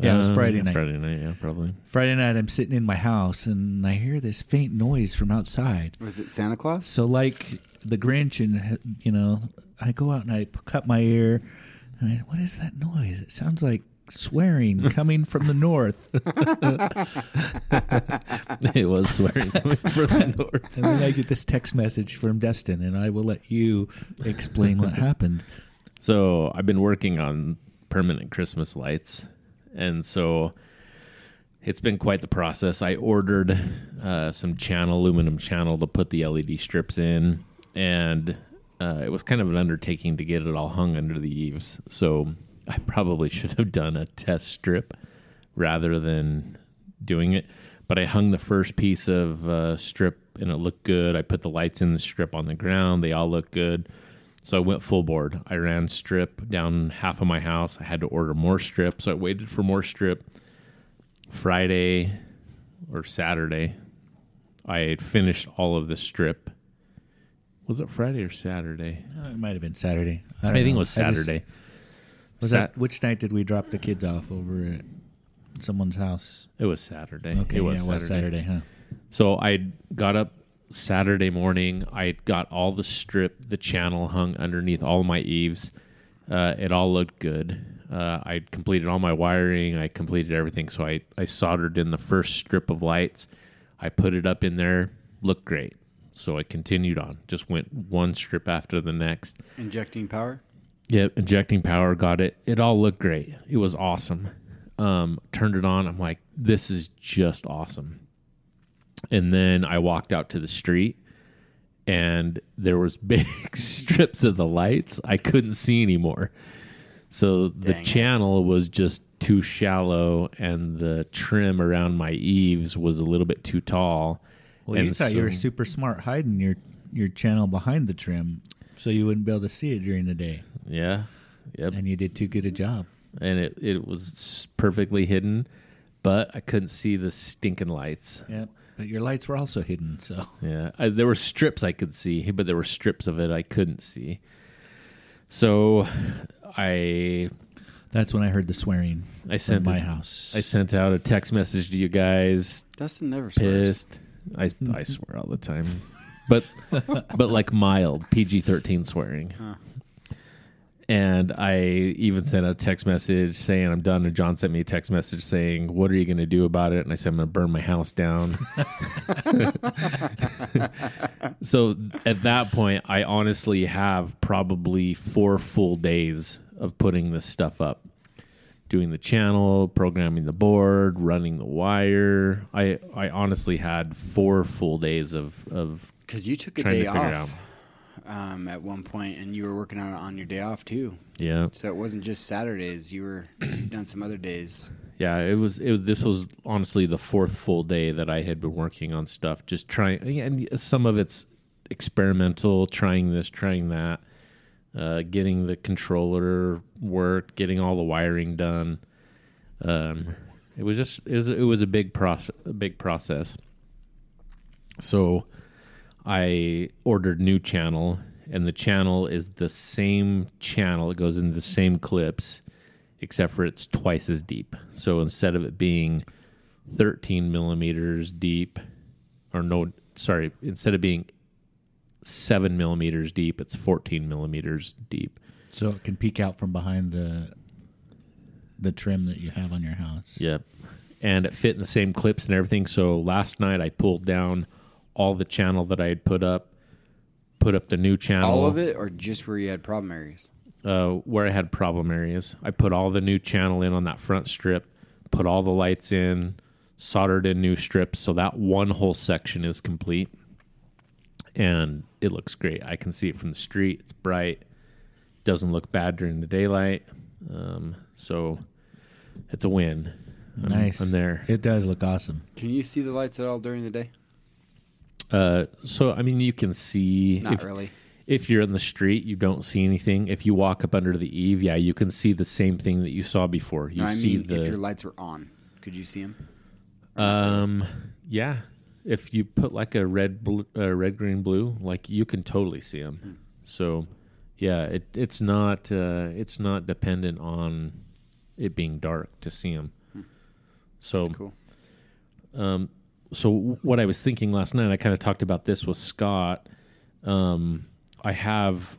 B: Yeah, it was
A: Um,
B: Friday
A: yeah,
B: night.
A: Friday night, yeah, probably.
B: Friday night, I'm sitting in my house and I hear this faint noise from outside.
C: Was it Santa Claus?
B: So, like the Grinch, and you know, I go out and I p- cut my ear, and I, what is that noise? It sounds like swearing coming from the north.
A: it was swearing coming from the north.
B: And then I get this text message from Destin, and I will let you explain what happened.
A: So I've been working on permanent Christmas lights, and so it's been quite the process. I ordered uh, some channel, aluminum channel, to put the LED strips in, and uh, it was kind of an undertaking to get it all hung under the eaves. So I probably should have done a test strip rather than doing it. But I hung the first piece of uh, strip and it looked good. I put the lights in the strip on the ground. They all look good. So I went full board. I ran strip down half of my house. I had to order more strip. So I waited for more strip. Friday or Saturday, I had finished all of the strip. Was it Friday or Saturday?
B: Oh, It might have been Saturday. I,
A: I,
B: don't
A: think it
B: know.
A: was
B: I just-
A: Saturday.
B: was
A: Sa-
B: that which night did we drop the kids off over at someone's house?
A: it was Saturday.
B: Okay,
A: Eh, it was
B: yeah, it
A: Saturday.
B: was Saturday, huh?
A: So I got up Saturday morning. I got all the strip, the channel hung underneath all my eaves. Uh, it all looked good. Uh, I completed all my wiring. I completed everything. So I, I soldered in the first strip of lights. I put it up in there, looked great. So I continued on, just went one strip after the next.
C: Injecting power.
A: Yep, injecting power, got it. It all looked great. It was awesome. Um, turned it on. I'm like, this is just awesome. And then I walked out to the street, and there was big strips of the lights I couldn't see anymore. So the
C: Dang it.
A: channel was just too shallow, and the trim around my eaves was a little bit too tall.
B: Well, you
A: And
B: thought you were
A: so-
B: super smart hiding your your channel behind the trim, so you wouldn't be able to see it during the day,
A: yeah, yep.
B: and you did too good a job.
A: and it, it was perfectly hidden, but I couldn't see the stinking lights.
B: Yeah, but your lights were also hidden, so
A: Yeah, I, there were strips I could see, but there were strips of it I couldn't see. So, I
B: that's when I heard the swearing.
A: I sent
B: my
A: it-
B: house.
A: I sent out a text message to you guys,
C: Dustin never swears.
A: pissed. I I swear all the time, but but like mild PG thirteen swearing. And I even sent a text message saying I'm done. And John sent me a text message saying, "What are you going to do about it?" And I said, "I'm going to burn my house down." so at that point, I honestly have probably four full days of putting this stuff up doing the channel, programming the board, running the wire. I I honestly had four full days of of
C: Because you took a
A: trying to
C: day
A: figure it
C: off um, at one point, and you were working on it on your day off too.
A: yeah
C: So it wasn't just Saturdays. You were you've done some other days.
A: yeah. It was it, this was honestly the fourth full day that I had been working on stuff, just trying and some of it's experimental, trying this, trying that, uh, getting the controller worked, getting all the wiring done. Um, it was just it was, it was a big process, a big process. So I ordered new channel, and the channel is the same channel. It goes into the same clips, except for it's twice as deep. So instead of it being 13 millimeters deep, or no, sorry, instead of being seven millimeters deep, it's 14 millimeters deep.
B: so it can peek out from behind the the trim that you have on your house.
A: Yep. And it fit in the same clips and everything. So last night I pulled down all the channel that I had put up, put up the new channel.
C: All of it, or just where you had problem areas.
A: uh, where I had problem areas. I put all the new channel in on that front strip, put all the lights in, soldered in new strips, so that one whole section is complete, and it looks great. I can see it from the street. It's bright, doesn't look bad during the daylight, um, so it's a win. I'm,
B: nice.
A: I'm there.
B: It does look awesome.
C: Can you see the lights at all during the day?
A: Uh, so I mean, you can see
C: Not
A: if-
C: really.
A: if you're in the street, you don't see anything. If you walk up under the eave, yeah, you can see the same thing that you saw before. You
C: No, I
A: see
C: mean,
A: the
C: if your lights were on, could you see them?
A: um, yeah. If you put like a red, blue, uh, red, green, blue, like you can totally see them. So, yeah, it, it's not uh, it's not dependent on it being dark to see them. So
C: Cool.
A: so what I was thinking last night, I kind of talked about this with Scott. Um, I have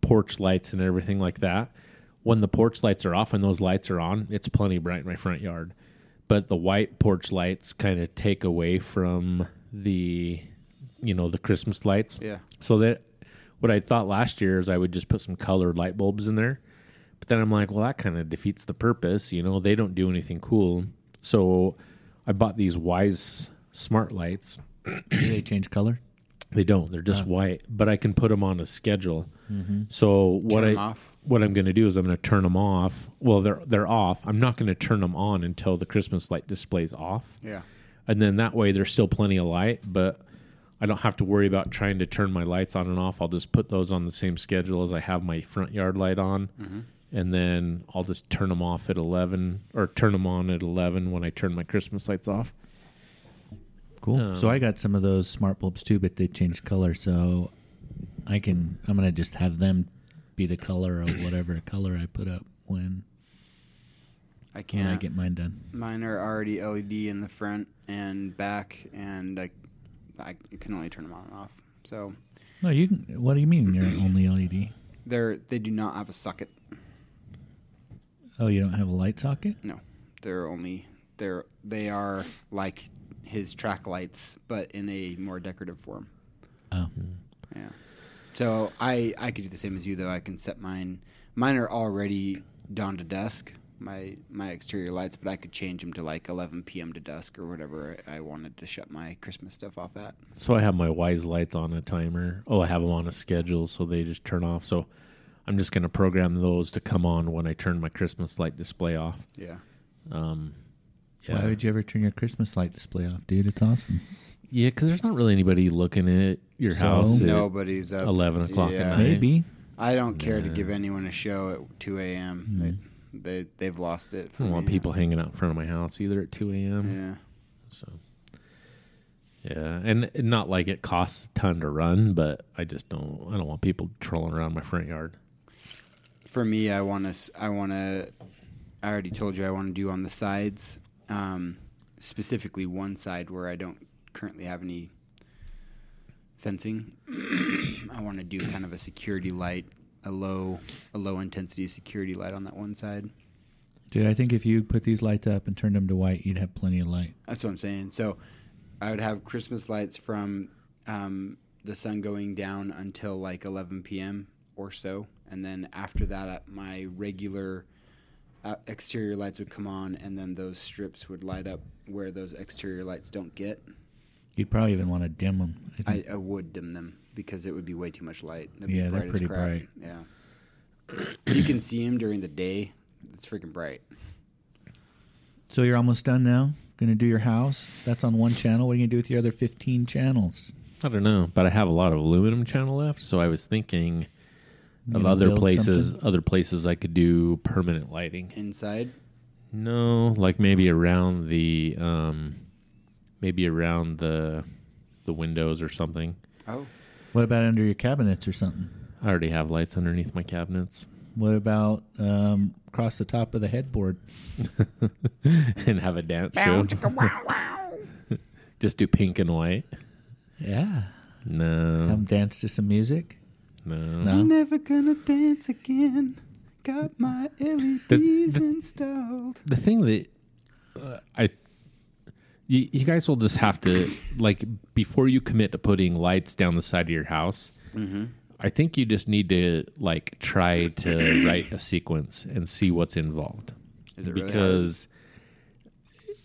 A: porch lights and everything like that. When the porch lights are off and those lights are on, it's plenty bright in my front yard. But the white porch lights kind of take away from the, you know, the Christmas lights.
C: Yeah.
A: So that what I thought last year is I would just put some colored light bulbs in there. But then I'm like, well, that kind of defeats the purpose. You know, they don't do anything cool. So I bought these Wise smart lights.
B: Do they change color?
A: They don't. They're
C: Uh-huh.
A: just white, but I can put them on a schedule. So what
C: Mm-hmm. Turn
A: I
C: 'em off?
A: what I'm going to do is I'm going to turn them off. Well, they're they're off. I'm not going to turn them on until the Christmas light display's off
C: Yeah.
A: and then that way there's still plenty of light but i don't have to worry about trying to turn my lights on and off i'll just put those on the same schedule as i have my front yard light on and then i'll just turn them off at 11 or turn them on at 11 when i turn my christmas lights off
B: Cool. so I got some of those smart bulbs too, but they changed color, so I can I'm gonna just have them be the color of whatever color I put up when,
C: I
B: when
C: can't.
B: I get mine done.
C: Mine are already LED in the front and back, and I, I can only turn them on and off. So
B: No, you can what do you mean you're only E LED?
C: they're they do not have a socket.
B: Oh, you don't have a light socket?
C: No, they're only they're they are like his track lights, but in a more decorative form.
B: Oh.
A: Mm-hmm.
C: Yeah. So I I could do the same as you though. I can set mine. Mine are already dawn to dusk. My my exterior lights, but I could change them to like 11 p.m. to dusk or whatever I wanted to shut my Christmas stuff off at.
A: So I have my Wise lights on a timer. Oh, I have them on a schedule, so they just turn off. So I'm just going to program those to come on when I turn my Christmas light display off.
C: Yeah.
A: Um,
B: Why would you ever turn your Christmas light display off, dude? It's awesome.
A: yeah, because there's not really anybody looking at your
B: So?
A: house. at-
C: Nobody's up.
A: 11 o'clock at
C: Yeah.
A: night.
B: Maybe.
C: I don't care to give anyone a show at 2 a.m. They, they they've lost it.
A: I
C: For
A: don't want
C: me.
A: Mm-hmm. people hanging out in front of my house either at 2 a.m.
C: Yeah.
A: So, yeah, and and not like it costs a ton to run, but I just don't. I don't want people trolling around my front yard.
C: for me, I want to. I want to. I already told you I want to do on the sides, um, specifically one side where I don't currently have any fencing. I want to do kind of a security light, a low, a low intensity security light on that one side.
B: Dude, I think if you put these lights up and turned them to white, you'd have plenty of light.
C: That's what I'm saying. So I would have Christmas lights from um, the sun going down until like 11 p.m. or so, and then after that, uh, my regular uh, exterior lights would come on, and then those strips would light up where those exterior lights don't get.
B: Hmm. You'd probably even want to dim them.
C: I, I would dim them because it would be way too much light. They'd
B: Yeah,
C: be
B: they're
C: bright as
B: pretty
C: crap.
B: bright.
C: Yeah, you can see them during the day. It's freaking bright.
B: so you're almost done now. Going to do your house. That's on one channel. What are you going to do with your other 15 channels?
A: I don't know, but I have a lot of aluminum channel left, so I was thinking of
B: gonna
A: other
B: build
A: places, other places I could do permanent lighting.
C: Inside,
A: No, like maybe around the, um, maybe around the, the windows or something.
C: oh,
B: What about under your cabinets or something?
A: I already have lights underneath my cabinets
B: What about um, across the top of the headboard?
A: and have a dance show. Just do pink and white.
B: Yeah.
A: No,
C: Um,
B: Come dance to some music?
A: no.
B: No.
C: Never gonna dance again. Got my LEDs
A: the-
C: installed.
A: the thing that uh, I you, you guys will just have to like before you commit to putting lights down the side of your house.
C: Mm-hmm.
A: I think you just need to like try to write a sequence and see what's involved
C: Is it really hard?
A: because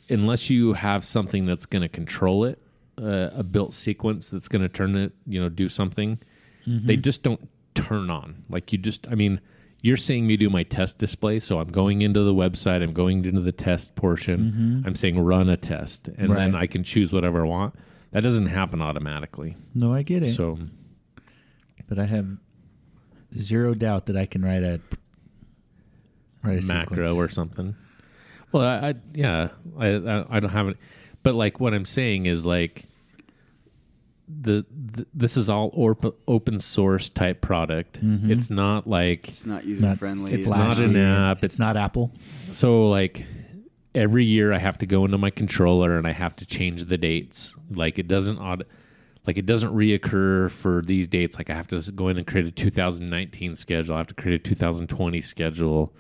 A: unless you have something that's going to control it, uh, a built sequence that's going to turn it, you know, do something, they just don't turn on. Like you just, I mean, you're seeing me do my test display, so I'm going into the website, I'm going into the test portion, I'm saying run a test, and then
B: Mm-hmm. Right.
A: I can choose whatever I want. That doesn't happen automatically.
B: No, I get it.
A: So
B: but I have zero doubt that I can write a write a
A: macro
B: sequence.
A: or something. Well, I, I yeah, I, I I don't have it, but like what I'm saying is like the, the this is all orp, open source type product.
B: Mm-hmm.
A: It's not like
C: It's not user friendly.
B: It's
A: It's
B: not
A: not an app,
B: It's not Apple.
A: so like every year I have to go into my controller and I have to change the dates. Like it doesn't aud- like it doesn't reoccur for these dates. Like I have to s- go in and create a 2019 schedule. I have to create a 2020 schedule.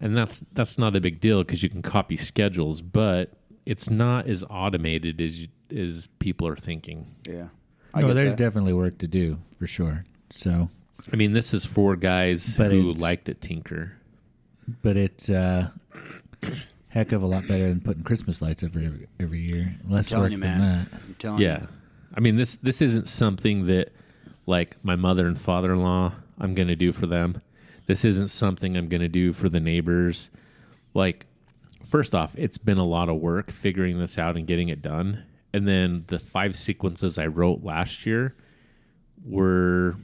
A: And that's that's not a big deal because you can copy schedules, but it's not as automated as you, as people are thinking.
C: yeah.
B: no,
C: get
B: there's
C: that.
B: definitely work to do for sure. So,
A: I mean, this is for guys
B: But
A: who
B: it's-
A: like to tinker.
B: but it's uh, heck of a lot better than putting Christmas lights up every every year. Less
C: telling
B: work
C: you,
B: than
C: man.
B: that.
C: I'm telling you.
A: Yeah. I mean this this isn't something that like my mother and father in law I'm gonna do for them. This isn't something I'm gonna do for the neighbors. Like first off, it's been a lot of work figuring this out and getting it done. And then the five sequences I wrote last year were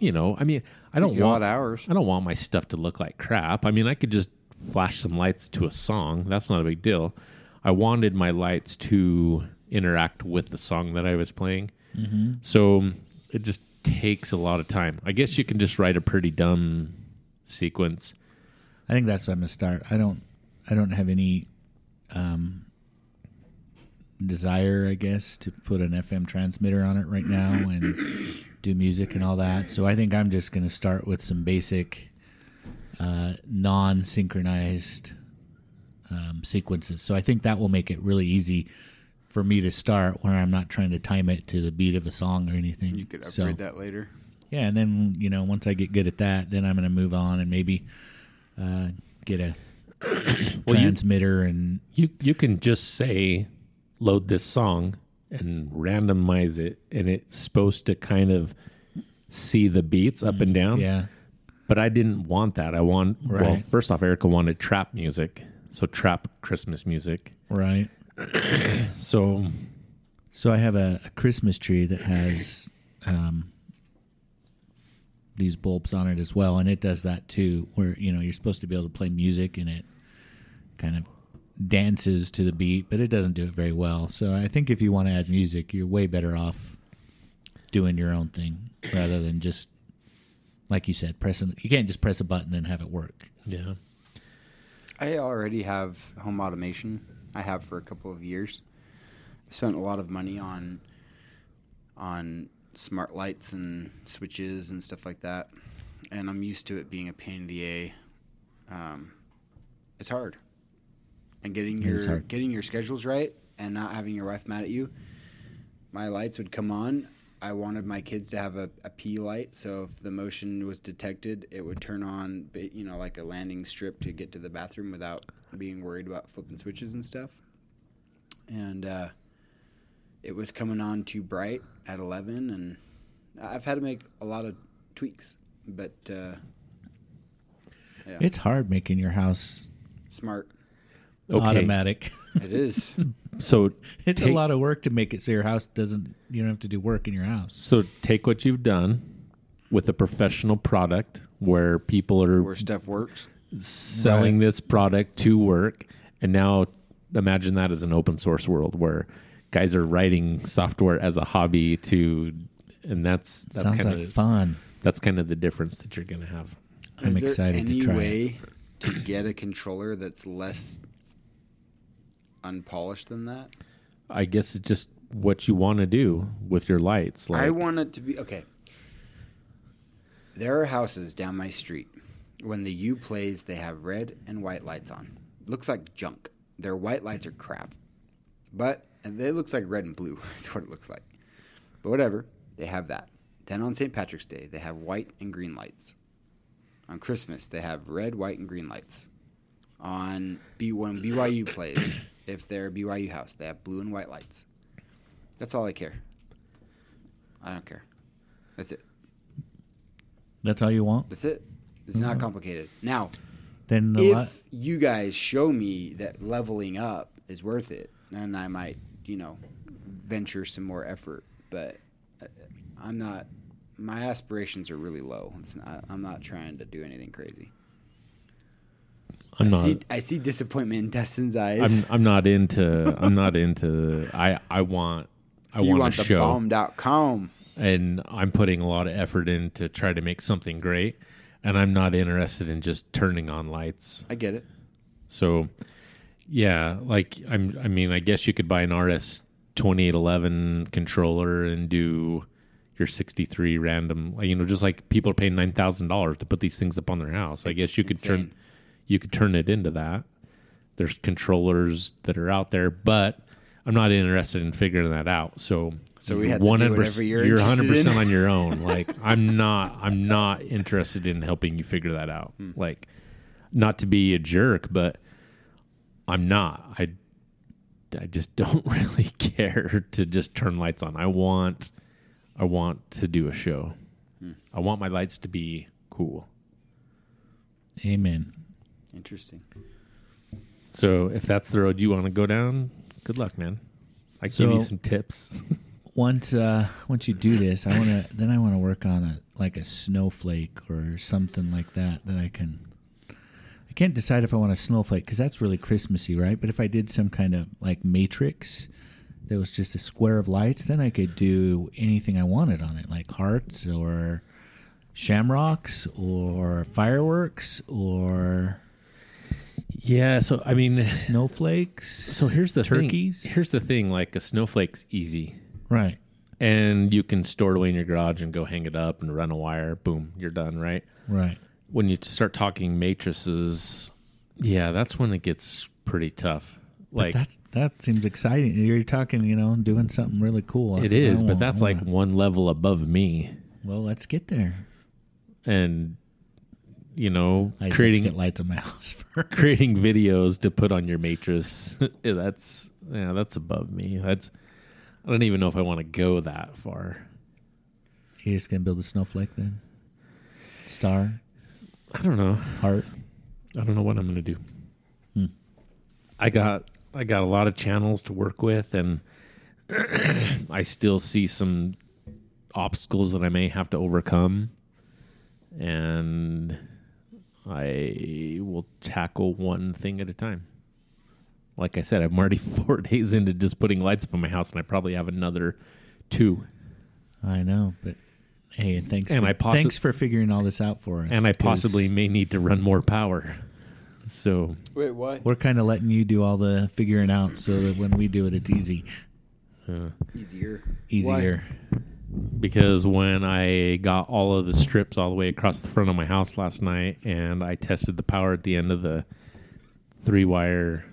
A: you know, I mean I don't
C: you a lot
A: want
C: of hours.
A: I don't want my stuff to look like crap. I mean I could just flash some lights to a song. That's not a big deal. I wanted my lights to interact with the song that I was playing. So it just takes a lot of time. I guess you can just write a pretty dumb sequence.
B: I think that's what I'm gonna start. I don't I don't have any um, desire, I guess, to put an FM transmitter on it right now and do music and all that. So I think I'm just gonna start with some basic uh, non synchronized um, sequences. So I think that will make it really easy for me to start where I'm not trying to time it to the beat of a song or anything.
C: You could upgrade
B: So-
C: that later.
B: Yeah, and then you know once I get good at that, then I'm going to move on and maybe uh, get a
A: Well, you-
B: transmitter and
A: You you can just say load this song and randomize it and it's supposed to kind of see the beats up and down.
B: yeah.
A: But I didn't want that. I want well,
B: Right.
A: first off, Erica wanted trap music. So trap Christmas music.
B: Right.
A: So
B: So I have a, a Christmas tree that has um, these bulbs on it as well, and it does that too. Where you know you're supposed to be able to play music, and it kind of dances to the beat, but it doesn't do it very well. So I think if you want to add music, you're way better off doing your own thing rather than just like you said pressing. You can't just press a button and have it work.
A: yeah.
C: I already have home automation. I have for a couple of years. I spent a lot of money on on smart lights and switches and stuff like that, and I'm used to it being a pain in the a. Um, it's hard, and getting
B: It is
C: your
B: hard.
C: getting your schedules right and not having your wife mad at you. My lights would come on. I wanted my kids to have a, a P light, so if the motion was detected, it would turn on, ba- you know, like a landing strip to get to the bathroom without being worried about flipping switches and stuff. And uh, it was coming on too bright at 11 and i've had to make a lot of tweaks but uh, Yeah.
B: It's hard making your house
C: smart
A: Okay.
B: automatic.
C: it is
A: So
B: It's
A: Take-
B: a lot of work to make it so your house doesn't. You don't have to do work in your house.
A: so take what you've done with a professional product where people are
C: where stuff works
A: selling this product to work and now imagine that as an open source world where guys are writing software as a hobby to and that's that's
B: Sounds
A: kind
B: like
A: of
B: fun.
A: that's kind of the difference that you're going to have
B: I'm
C: is there
B: excited
C: any
B: to try. it.
C: way to get a controller that's less unpolished than that
A: i guess it's just what you want to do with your lights like
C: I want it to be okay. There are houses down my street. When the U plays, they have red and white lights on. Looks like junk. Their white lights are crap, but and they looks like red and blue. That's what it looks like. But whatever, they have that. Then on St. Patrick's Day, they have white and green lights. On Christmas, they have red, white, and green lights. On B when BYU plays, if they're a BYU house, they have blue and white lights. That's all I care. I don't care. That's it.
B: That's all you want?
C: That's it. It's not complicated. Now,
B: Then the
C: if
B: lot,
C: you guys show me that leveling up is worth it, then I might, you know, venture some more effort. But uh, I'm not. My aspirations are really low. It's not, I'm not trying to do anything crazy.
A: i'm
C: I
A: not
C: see, I see disappointment in Dustin's eyes.
A: I'm, I'm not into i'm not into i i want i
C: you
A: want,
C: want
A: a
C: the
A: show
C: bomb.com.
A: and I'm putting a lot of effort in to try to make something great. And I'm not interested in just turning on lights.
C: I get it.
A: So, yeah, like I'm. I mean, I guess you could buy an RS twenty eight eleven controller and do your sixty three random. like, You know, just like people are paying nine thousand dollars to put these things up on their house. I
C: It's
A: guess you could turn
C: insane.
A: you could turn it into that. There's controllers that are out there, but I'm not interested in figuring that out. So,
C: So we had to do
A: 100%
C: whatever you're
A: you're
C: interested
A: 100 percent
C: in.
A: on your own. Like I'm not I'm not interested in helping you figure that out.
C: Hmm.
A: Like not to be a jerk, but I'm not. I I just don't really care to just turn lights on. I want I want to do a show.
C: Hmm.
A: I want my lights to be cool.
B: amen.
C: Interesting.
A: So if that's the road you want to go down, good luck, man. I can give you
B: So-
A: some tips.
B: Once uh once you do this, I want to then I want to work on a like a snowflake or something like that that I can I can't decide if I want a snowflake cuz that's really Christmassy, right? But if I did some kind of like matrix that was just a square of lights, then I could do anything I wanted on it, like hearts or shamrocks or fireworks or
A: yeah, so I mean
B: snowflakes.
A: so here's the
B: Turkeys?
A: thing. Here's the thing, like a snowflake's easy.
B: Right.
A: and you can store it away in your garage and go hang it up and run a wire. Boom, you're done, right?
B: Right.
A: When you start talking matrices, yeah, that's when it gets pretty tough. like
B: That's that seems exciting. You're talking, you know, doing something really cool.
A: it
B: what I
A: is, but
B: want.
A: that's
B: I
A: like
B: wanna-
A: one level above me.
B: well, let's get there.
A: And you know,
B: I just
A: creating
B: have to get lights on my house first.
A: creating videos to put on your matrix yeah, that's yeah that's above me that's i don't even know if i want to go that far
B: You're just gonna build a snowflake then. Star,
A: i don't know
B: heart.
A: i don't know what i'm gonna do i got i got a lot of channels to work with and i still see some obstacles that i may have to overcome and i will tackle one thing at a time like I said, I'm already four days into just putting lights up in my house, and I probably have another two.
B: I know, but hey, and thanks.
A: And
B: for,
A: I possi-
B: thanks for figuring all this out for us.
A: And I
B: 'cause
A: possibly may need to run more power. So
C: Wait, what?
B: we're kind of letting you do all the figuring out, so that when we do it, it's easy,
C: Easier.
B: easier.
A: because when I got all of the strips all the way across the front of my house last night, and I tested the power at the end of the three wire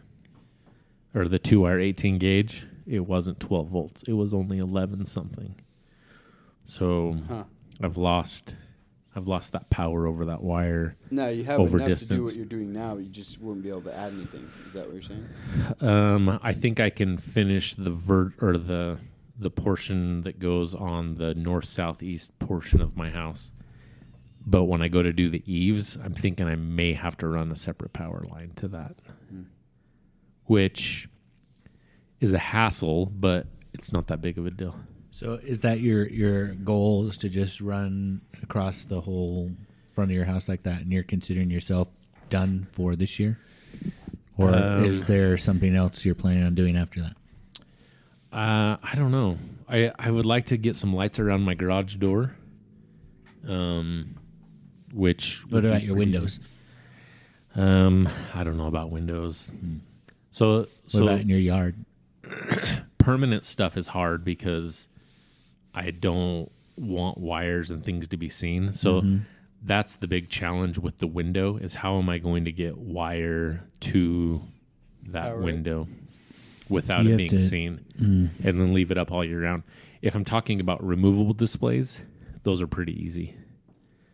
A: or the two wire 18 gauge, it wasn't 12 volts. It was only 11 something. So
C: Huh.
A: I've lost, I've lost that power over that wire.
C: No, you have
A: Over
C: enough to do
A: distance.
C: what you're doing now. You just wouldn't be able to add anything. Is that what you're saying?
A: Um, I think I can finish the vert or the the portion that goes on the north southeast portion of my house. But when I go to do the eaves, I'm thinking I may have to run a separate power line to that, which is a hassle, but it's not that big of a deal.
B: So is that your your goal is to just run across the whole front of your house like that, and you're considering yourself done for this year, or is there something else you're planning on doing after that?
A: Uh, I don't know. I I would like to get some lights around my garage door. Um, which
B: What
A: would
B: about
A: be
B: your
A: pretty easy.
B: windows?
A: Um, I don't know about windows. So
B: What
A: so
B: about in your yard?
A: permanent stuff is hard because I don't want wires and things to be seen. So
B: Mm-hmm.
A: that's the big challenge with the window is how am I going to get wire to that
C: Power it.
A: window without it
B: You have
A: being
B: to- Mm.
A: seen and then leave it up all year round. If I'm talking about removable displays, those are pretty easy.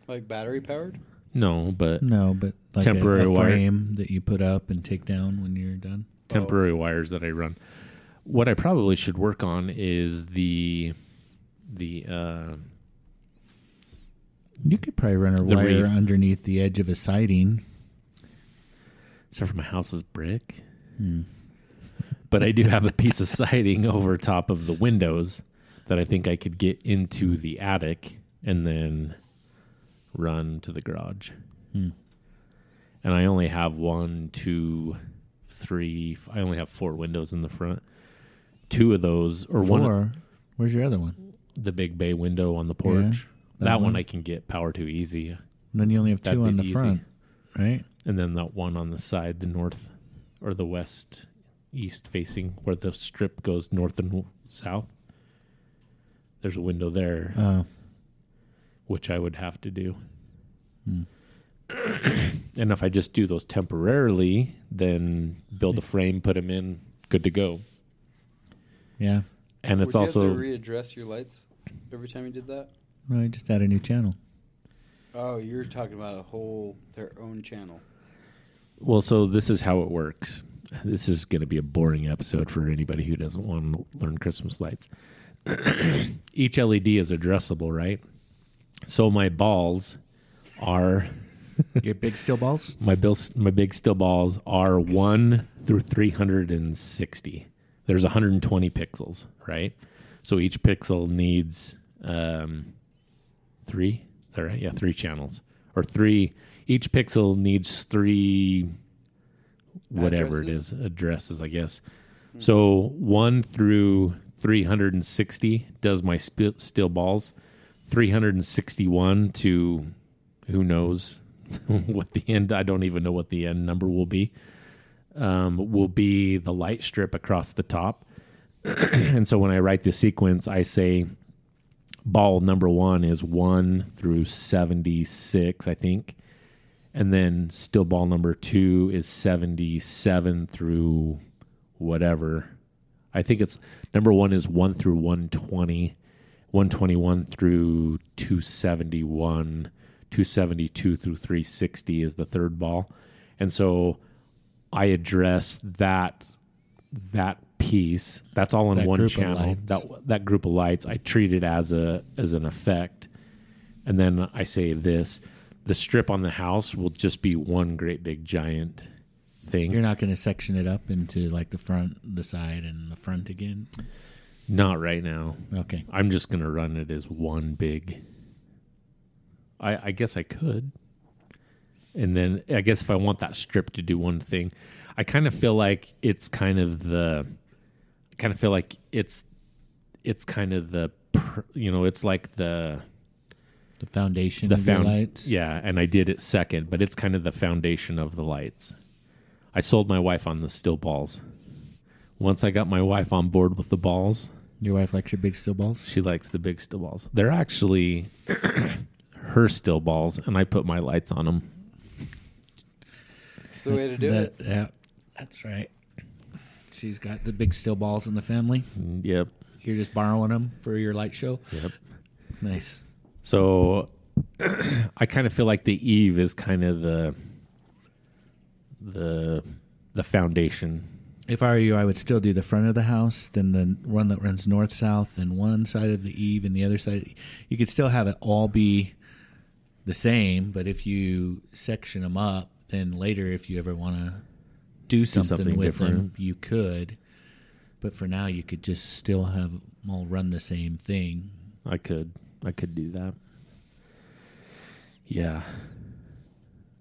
C: Like battery powered?
A: No, but
B: No, but like a-
A: Temporary
B: a,
A: wire.
B: frame that you put up and take down when you're done.
A: temporary wires that I run. What I probably should work on is the the uh,
B: You could probably run a
A: The
B: wire
A: reef.
B: underneath the edge of a siding.
A: except for my house is brick, but I do have a piece of siding over top of the windows that I think I could get into the attic and then run to the garage. And I only have one, two, three. f- I only have four windows in the front. Two of those, or
B: Or
A: one,
B: where's your other one?
A: the big bay window on the porch. that one I can get power to easy.
B: And then you only have
A: That'd
B: two on
A: be
B: the
A: easy.
B: front, right?
A: and then that one on the side, the north or the west, east facing, where the strip goes north and w- south. There's a window there,
B: Oh,
A: which I would have to do.
B: hmm.
A: and if I just do those temporarily, then build a frame, put them in, good to go.
B: yeah.
A: And it's
C: Would
A: also
C: you have to readdress your lights every time you did that?
B: Well, I just add a new channel.
C: Oh, you're talking about a whole their own channel.
A: Well, so this is how it works. This is going to be a boring episode for anybody who doesn't want to learn Christmas lights. Each LED is addressable, right? So my balls are
B: your big steel balls.
A: my bill, my big still balls are 1 through 360. There's 120 pixels, right? So each pixel needs um, three. Is that right? Yeah, three channels or three. Each pixel needs three, whatever it is, addresses, I guess. So one through 360 does my sp- still balls. 361 to who knows what the end, I don't even know what the end number will be, um, will be the light strip across the top. and so when I write the sequence, I say ball number one is 1 through 76, I think. And then still ball number two is 77 through whatever. I think it's number one is one through 120, 121 through 271, 272 through 360 is the third ball. And so I address that that piece. That's all in
B: That
A: one
B: group of
A: channel.
B: lights.
A: That that group of lights. I treat it as a as an effect. And then I say this the strip on the house will just be one great big giant thing.
B: You're not going to section it up into like the front, the side, and the front again.
A: Not right now.
B: Okay.
A: I'm just gonna run it as one big. I, I guess I could, and then I guess if I want that strip to do one thing, I kind of feel like it's kind of the, I kind of feel like it's, it's kind of the, pr- you know, it's like the
B: The foundation
A: the
B: of
A: found-
B: your lights.
A: Yeah, and I did it second, but it's kind of the foundation of the lights. I sold my wife on the still balls. Once I got my wife on board with the balls,
B: Your wife likes your big still balls.
A: she likes the big still balls. They're actually her still balls, and I put my lights on them.
C: That's the way to do
B: That- yeah, that's right. She's got the big still balls in the family.
A: Yep.
B: You're just borrowing them for your light show. Yep. Nice.
A: So I kind of feel like the Eve is kind of the the the foundation.
B: If I were you, I would still do the front of the house, then the one that runs north south, and one side of the eave and the other side. You could still have it all be the same, but if you section them up, then later, if you ever want to do something,
A: something
B: with them,
A: different.
B: you could. But for now, you could just still have 'em all run the same thing.
A: I could I could do that. Yeah.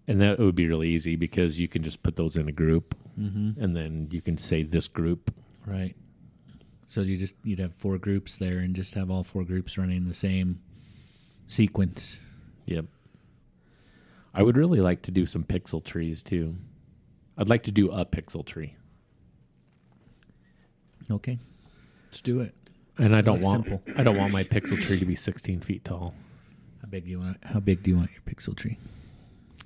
A: And that would be really easy because you can just put those in a group, and then you can say this group
B: Right. So you just you'd have four groups there, and just have all four groups running the same sequence.
A: Yep. I would really like to do some pixel trees too. I'd like to do a pixel tree.
B: Okay, let's do it.
A: And I don't
B: Really
A: want
B: simple.
A: I don't want my pixel tree to be 16 feet tall.
B: How big do you want? How big do you want your pixel tree?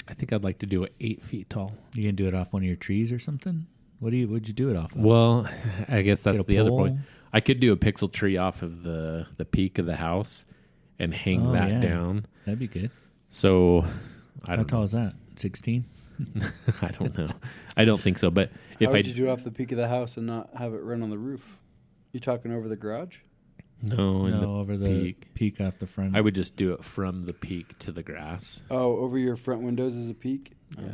A: I think I'd like to do it 8 feet tall.
B: You gonna do it off one of your trees or something? What do you? Would you do it off? Of?
A: Well, I guess that's
B: Get a
A: the other point.
B: pole.
A: I could do a pixel tree off of the the peak of the house and hang
B: Oh,
A: that
B: yeah.
A: down.
B: That'd be good.
A: So I
B: How
A: don't
B: tall is that? Sixteen.
A: I don't know. I don't think so, but if
D: How
A: I
D: would you do it off the peak of the house and not have it run on the roof? You talking over the garage?
A: no, in
B: No,
A: the
B: over the
A: peak,
B: peak. off the front.
A: I would just do it from the peak to the grass.
D: Oh, over your front windows is a peak.
A: Yeah.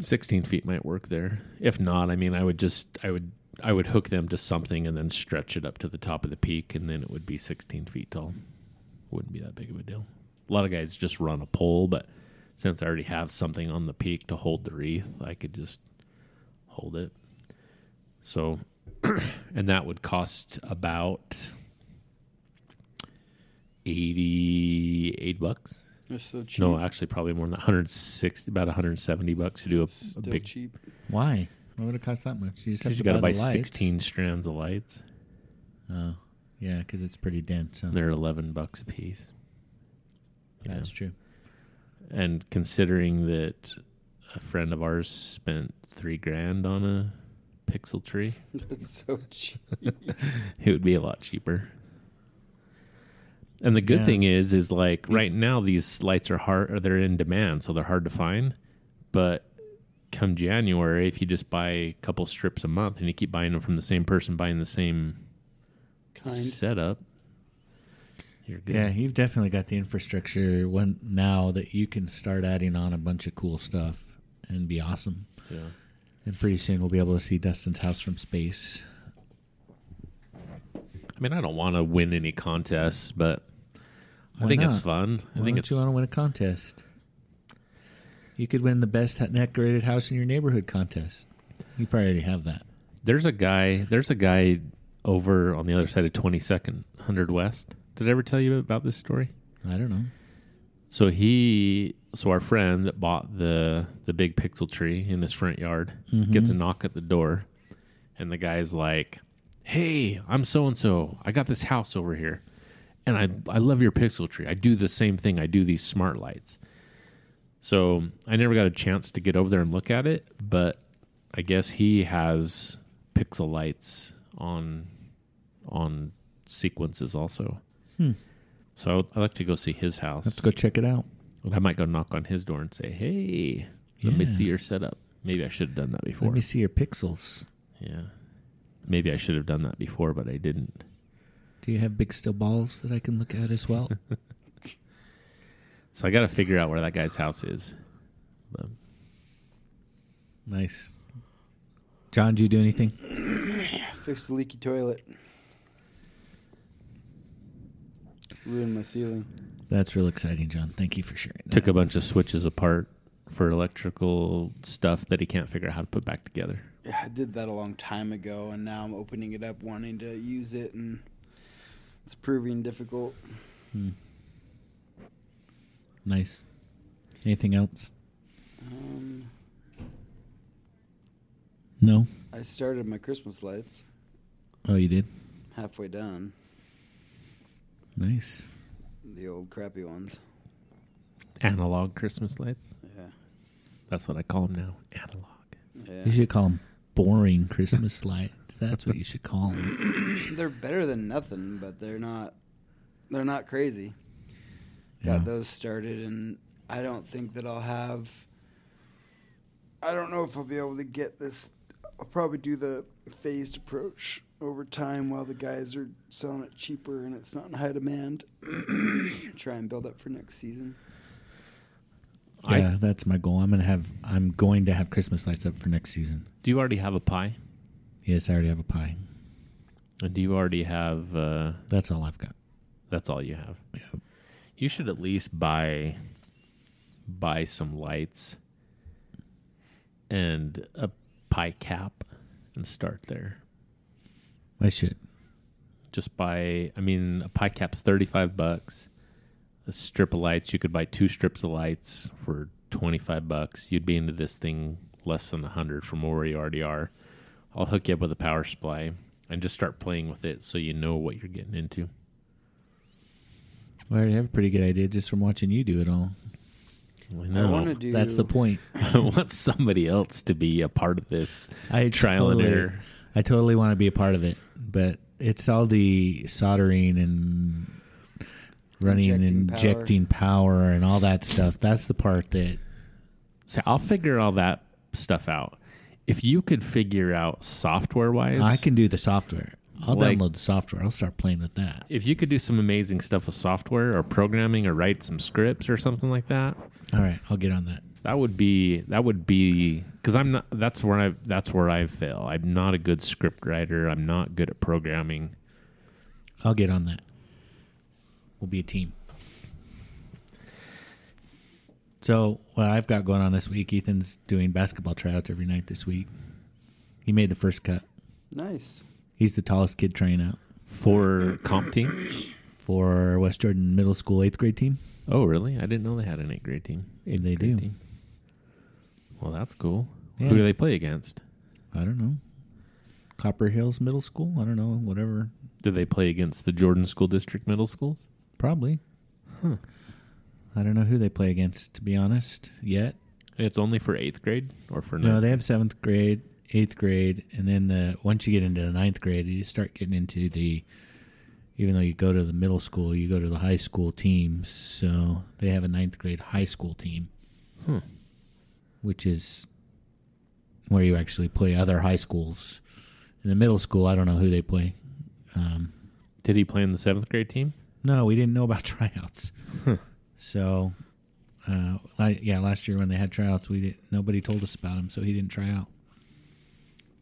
A: 16 Uh, feet might work there. If not, I mean, I would just, I would, I would hook them to something and then stretch it up to the top of the peak, and then it would be 16 feet tall. Wouldn't be that big of a deal. A lot of guys just run a pole, but since I already have something on the peak to hold the wreath, I could just hold it. So, and that would cost about 88 bucks.
D: They're so cheap.
A: No, actually, probably more than that. 160, about 170 bucks to do a, a
D: Still
A: big.
D: cheap.
B: Why? Why would it cost that much? You just have
A: Because you
B: to
A: got to buy
B: the lights.
A: 16 strands of lights.
B: Oh, yeah, because it's pretty dense. Huh?
A: And they're 11 bucks a piece. You
B: That's true.
A: know, And considering that a friend of ours spent three grand on a pixel tree,
D: That's so cheap.
A: it would be a lot cheaper. And the good
B: Yeah.
A: thing is, is like right now these lights are hard, or they're in demand, so they're hard to find. But come January, if you just buy a couple strips a month and you keep buying them from the same person, buying the same
D: Kind.
A: setup, you're good.
B: Yeah, you've definitely got the infrastructure when now that you can start adding on a bunch of cool stuff and be awesome.
A: Yeah.
B: And pretty soon we'll be able to see Dustin's house from space.
A: I mean, I don't want to win any contests, but I
B: Why
A: think it's
B: not?
A: fun.
B: Why
A: I think
B: don't
A: it's
B: you want to win a contest? You could win the best ha- decorated house in your neighborhood contest. You probably already have that.
A: There's a guy. There's a guy over on the other side of 22nd 100 West. Did I ever tell you about this story?
B: I don't know.
A: So he, so our friend that bought the the big pixel tree in his front yard gets a knock at the door, and the guy's like, "Hey, I'm so and so. I got this house over here, and I I love your pixel tree. I do the same thing. I do these smart lights." So I never got a chance to get over there and look at it, but I guess he has pixel lights on on sequences also. So I would, I'd like to go see his house.
B: Let's go check it out.
A: And I might go knock on his door and say, "Hey, let me
B: Yeah.
A: see your setup." Maybe I should have done that before.
B: Let me see your pixels.
A: yeah, maybe I should have done that before, but I didn't.
B: Do you have big still balls that I can look at as well?
A: So I got to figure out where that guy's house is. Um, But
B: nice. John, did you do anything?
D: Fix the leaky toilet. Ruined my ceiling.
B: That's real exciting, John. Thank you for sharing. That.
A: took a bunch of switches apart for electrical stuff that he can't figure out how to put back together.
D: Yeah, I did that a long time ago, and now I'm opening it up, wanting to use it, and it's proving difficult.
B: Hmm. nice. Anything else?
D: Um,
B: No.
D: I started my Christmas lights,
B: Oh, you did.
D: halfway done,
B: Nice.
D: the old crappy ones.
A: Analog Christmas lights.
D: Yeah,
A: That's what I call them now. Analog.
B: You
D: yeah.
B: should call them boring Christmas lights. That's what you should call them.
D: they're better than nothing, but they're not. They're not crazy. got those started and i don't think that i'll have i don't know if i'll be able to get this i'll probably do the phased approach over time while the guys are selling it cheaper and it's not in high demand try and build up for next season
A: I-
B: Yeah, that's my goal. I'm gonna have. I'm going to have Christmas lights up for next season.
A: Do you already have a pie?
B: Yes, I already have a pie.
A: And do you already have? Uh,
B: That's all I've got.
A: that's all you have.
B: Yeah.
A: You should at least buy buy some lights and a pie cap and start there.
B: I should.
A: Just buy I mean a pie cap's 35 bucks. A strip of lights, you could buy two strips of lights for 25 bucks. You'd be into this thing less than 100 from where you already are. I'll hook you up with a power supply and just start playing with it so you know what you're getting into.
B: Well, I already have a pretty good idea just from watching you do it all.
A: I
D: i
A: know.
D: want to do
B: That's the point.
A: I want somebody else to be a part of this.
B: I
A: Trial and error.
B: I totally want to be a part of it, but it's all the soldering and running and
D: Injecting
B: injecting power and all that stuff. That's the part that
A: So I'll figure all that stuff out. If you could figure out software wise,
B: I can do the software. I'll
A: Like-
B: download the software. I'll start playing with that.
A: If you could do some amazing stuff with software or programming or write some scripts or something like that,
B: All right, I'll get on that.
A: that would be that would be because I'm not. That's where I that's where I fail. I'm not a good script writer. I'm not good at programming.
B: I'll get on that. We'll be a team. So, what I've got going on this week, Ethan's doing basketball tryouts every night this week. He made the first cut.
D: nice
B: He's the tallest kid trying out
A: For comp team?
B: for West Jordan Middle School eighth grade team.
A: Oh, really? I didn't know they had an eight grade team. Eighth
B: They
A: grade
B: do.
A: Team. Well, that's cool.
B: Yeah.
A: Who do they play against?
B: I don't know. Copper Hills Middle School? I don't know. Whatever.
A: Do they play against the Jordan School District middle schools?
B: Probably. I don't know who they play against, to be honest, yet.
A: It's only for eighth grade or for
B: No,
A: ninth?
B: they have seventh grade, eighth grade, and then the once you get into the ninth grade, you start getting into the. Even though you go to the middle school, you go to the high school teams. So they have a ninth grade high school team,
A: Hmm.
B: which is where you actually play other high schools. In the middle school, I don't know who they play. Um,
A: Did he play in the seventh grade team?
B: no, we didn't know about tryouts. So, uh, li- yeah, last year when they had tryouts, we didn't, nobody told us about him, so he didn't try out.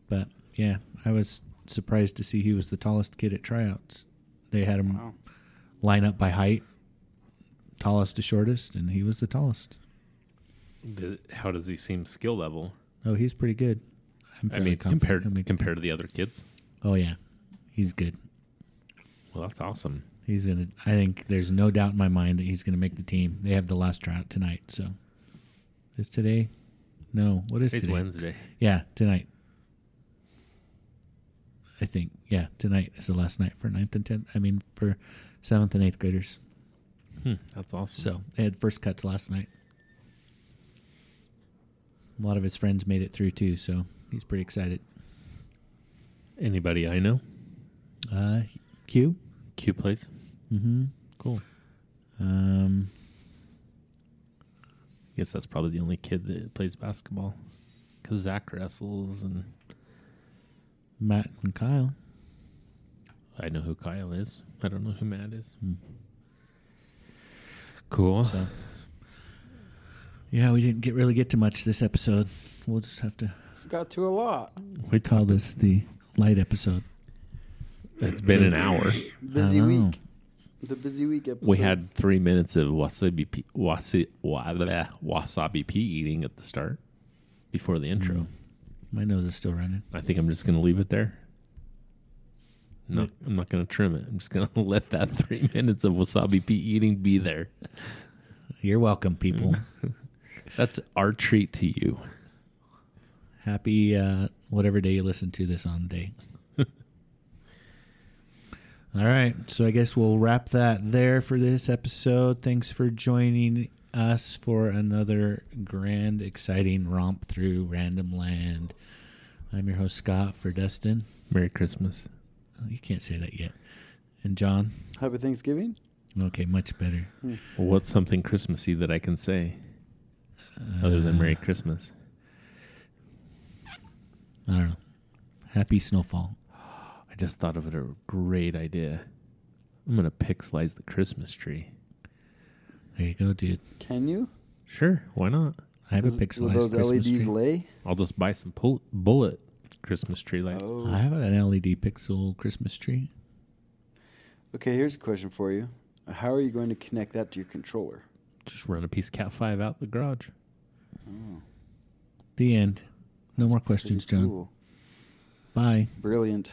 B: But yeah, I was surprised to see he was the tallest kid at tryouts. They had him
D: wow
B: line up by height, tallest to shortest, and he was the tallest.
A: Did, how does he seem skill level?
B: Oh, he's pretty good. I'm
A: I
B: fairly
A: mean,
B: confident.
A: compared
B: I mean,
A: compared to the other kids.
B: oh yeah, he's good.
A: Well, that's awesome.
B: He's gonna. I think there's no doubt in my mind that he's gonna make the team. They have the last tryout tonight, so is today? No, what is
A: It's
B: today?
A: Wednesday.
B: Yeah, tonight. I think yeah, tonight is the last night for ninth and tenth. I mean, for seventh and eighth graders.
A: Hmm, that's awesome.
B: So they had first cuts last night. A lot of his friends made it through too, so He's pretty excited.
A: Anybody I know?
B: Uh, Q.
A: Q plays.
B: Mm-hmm.
A: Cool.
B: Um,
A: guess that's probably the only kid that plays basketball. Because Zach wrestles, and
B: Matt and Kyle.
A: I know who Kyle is. I don't know who Matt is. Cool.
B: Hmm. So, yeah, we didn't get really get to much this episode. We'll just have to
D: Got to a lot.
A: we
B: call this the light episode.
A: It's been an hour.
D: Busy
B: don't know.
D: week. The busy week episode.
A: We had three minutes of wasabi pea, wasi, wa- bleh, wasabi pea eating at the start before the intro.
B: My nose is still running.
A: I think I'm just going to leave it there. No, I'm not going to trim it. I'm just going to let that three minutes of wasabi pea eating be there.
B: You're welcome, people.
D: Mm-hmm.
A: That's our treat to you.
B: Happy uh, whatever day you listen to this on day. All right, so I guess we'll wrap that there for this episode. Thanks for joining us for another grand, exciting romp through random land. I'm your host Scott for Dustin.
A: Merry Christmas.
B: Oh, You can't say that yet. And John.
D: Happy Thanksgiving.
B: Okay, much better.
A: Well, what's something Christmassy that I can say other than Merry Christmas?
B: I don't know. Happy snowfall.
A: I just thought of it a great idea. I'm going to pick slice the Christmas tree.
B: There you go, dude.
D: Can you?
A: Sure, why not?
B: I have a
D: Does- Will
B: pixelized
D: those E
B: Christmas
D: LEDs
B: tree.
D: lay?
A: I'll just buy some pull- bullet Christmas tree lights.
D: Oh.
B: I have an LED pixel Christmas tree.
D: Okay, here's a question for you. How are you going to connect that to your controller?
A: Just run a piece of Cat 5 out the garage.
B: The end. No more questions,
D: Pretty
B: John.
D: cool.
B: Bye.
D: Brilliant.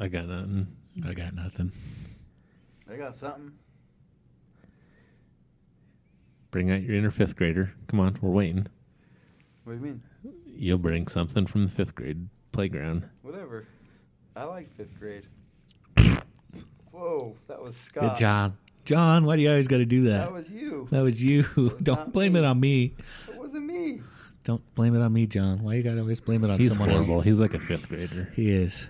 A: I got nothing.
B: I got nothing.
D: I got something.
A: Bring out your inner fifth grader. Come on, we're waiting.
D: What do you mean?
A: You'll bring something from the fifth grade playground.
D: Whatever. I liked fifth grade. Whoa, that was Scott.
B: Good job. John, why do you always got to do that?
D: That was you.
B: That was you. Don't
D: not
B: blame
D: me.
B: it on me.
D: That wasn't me.
B: Don't blame it on me, John. Why you got to always blame it on
A: He's
B: someone
A: horrible.
B: else?
A: He's like a fifth grader.
B: He is.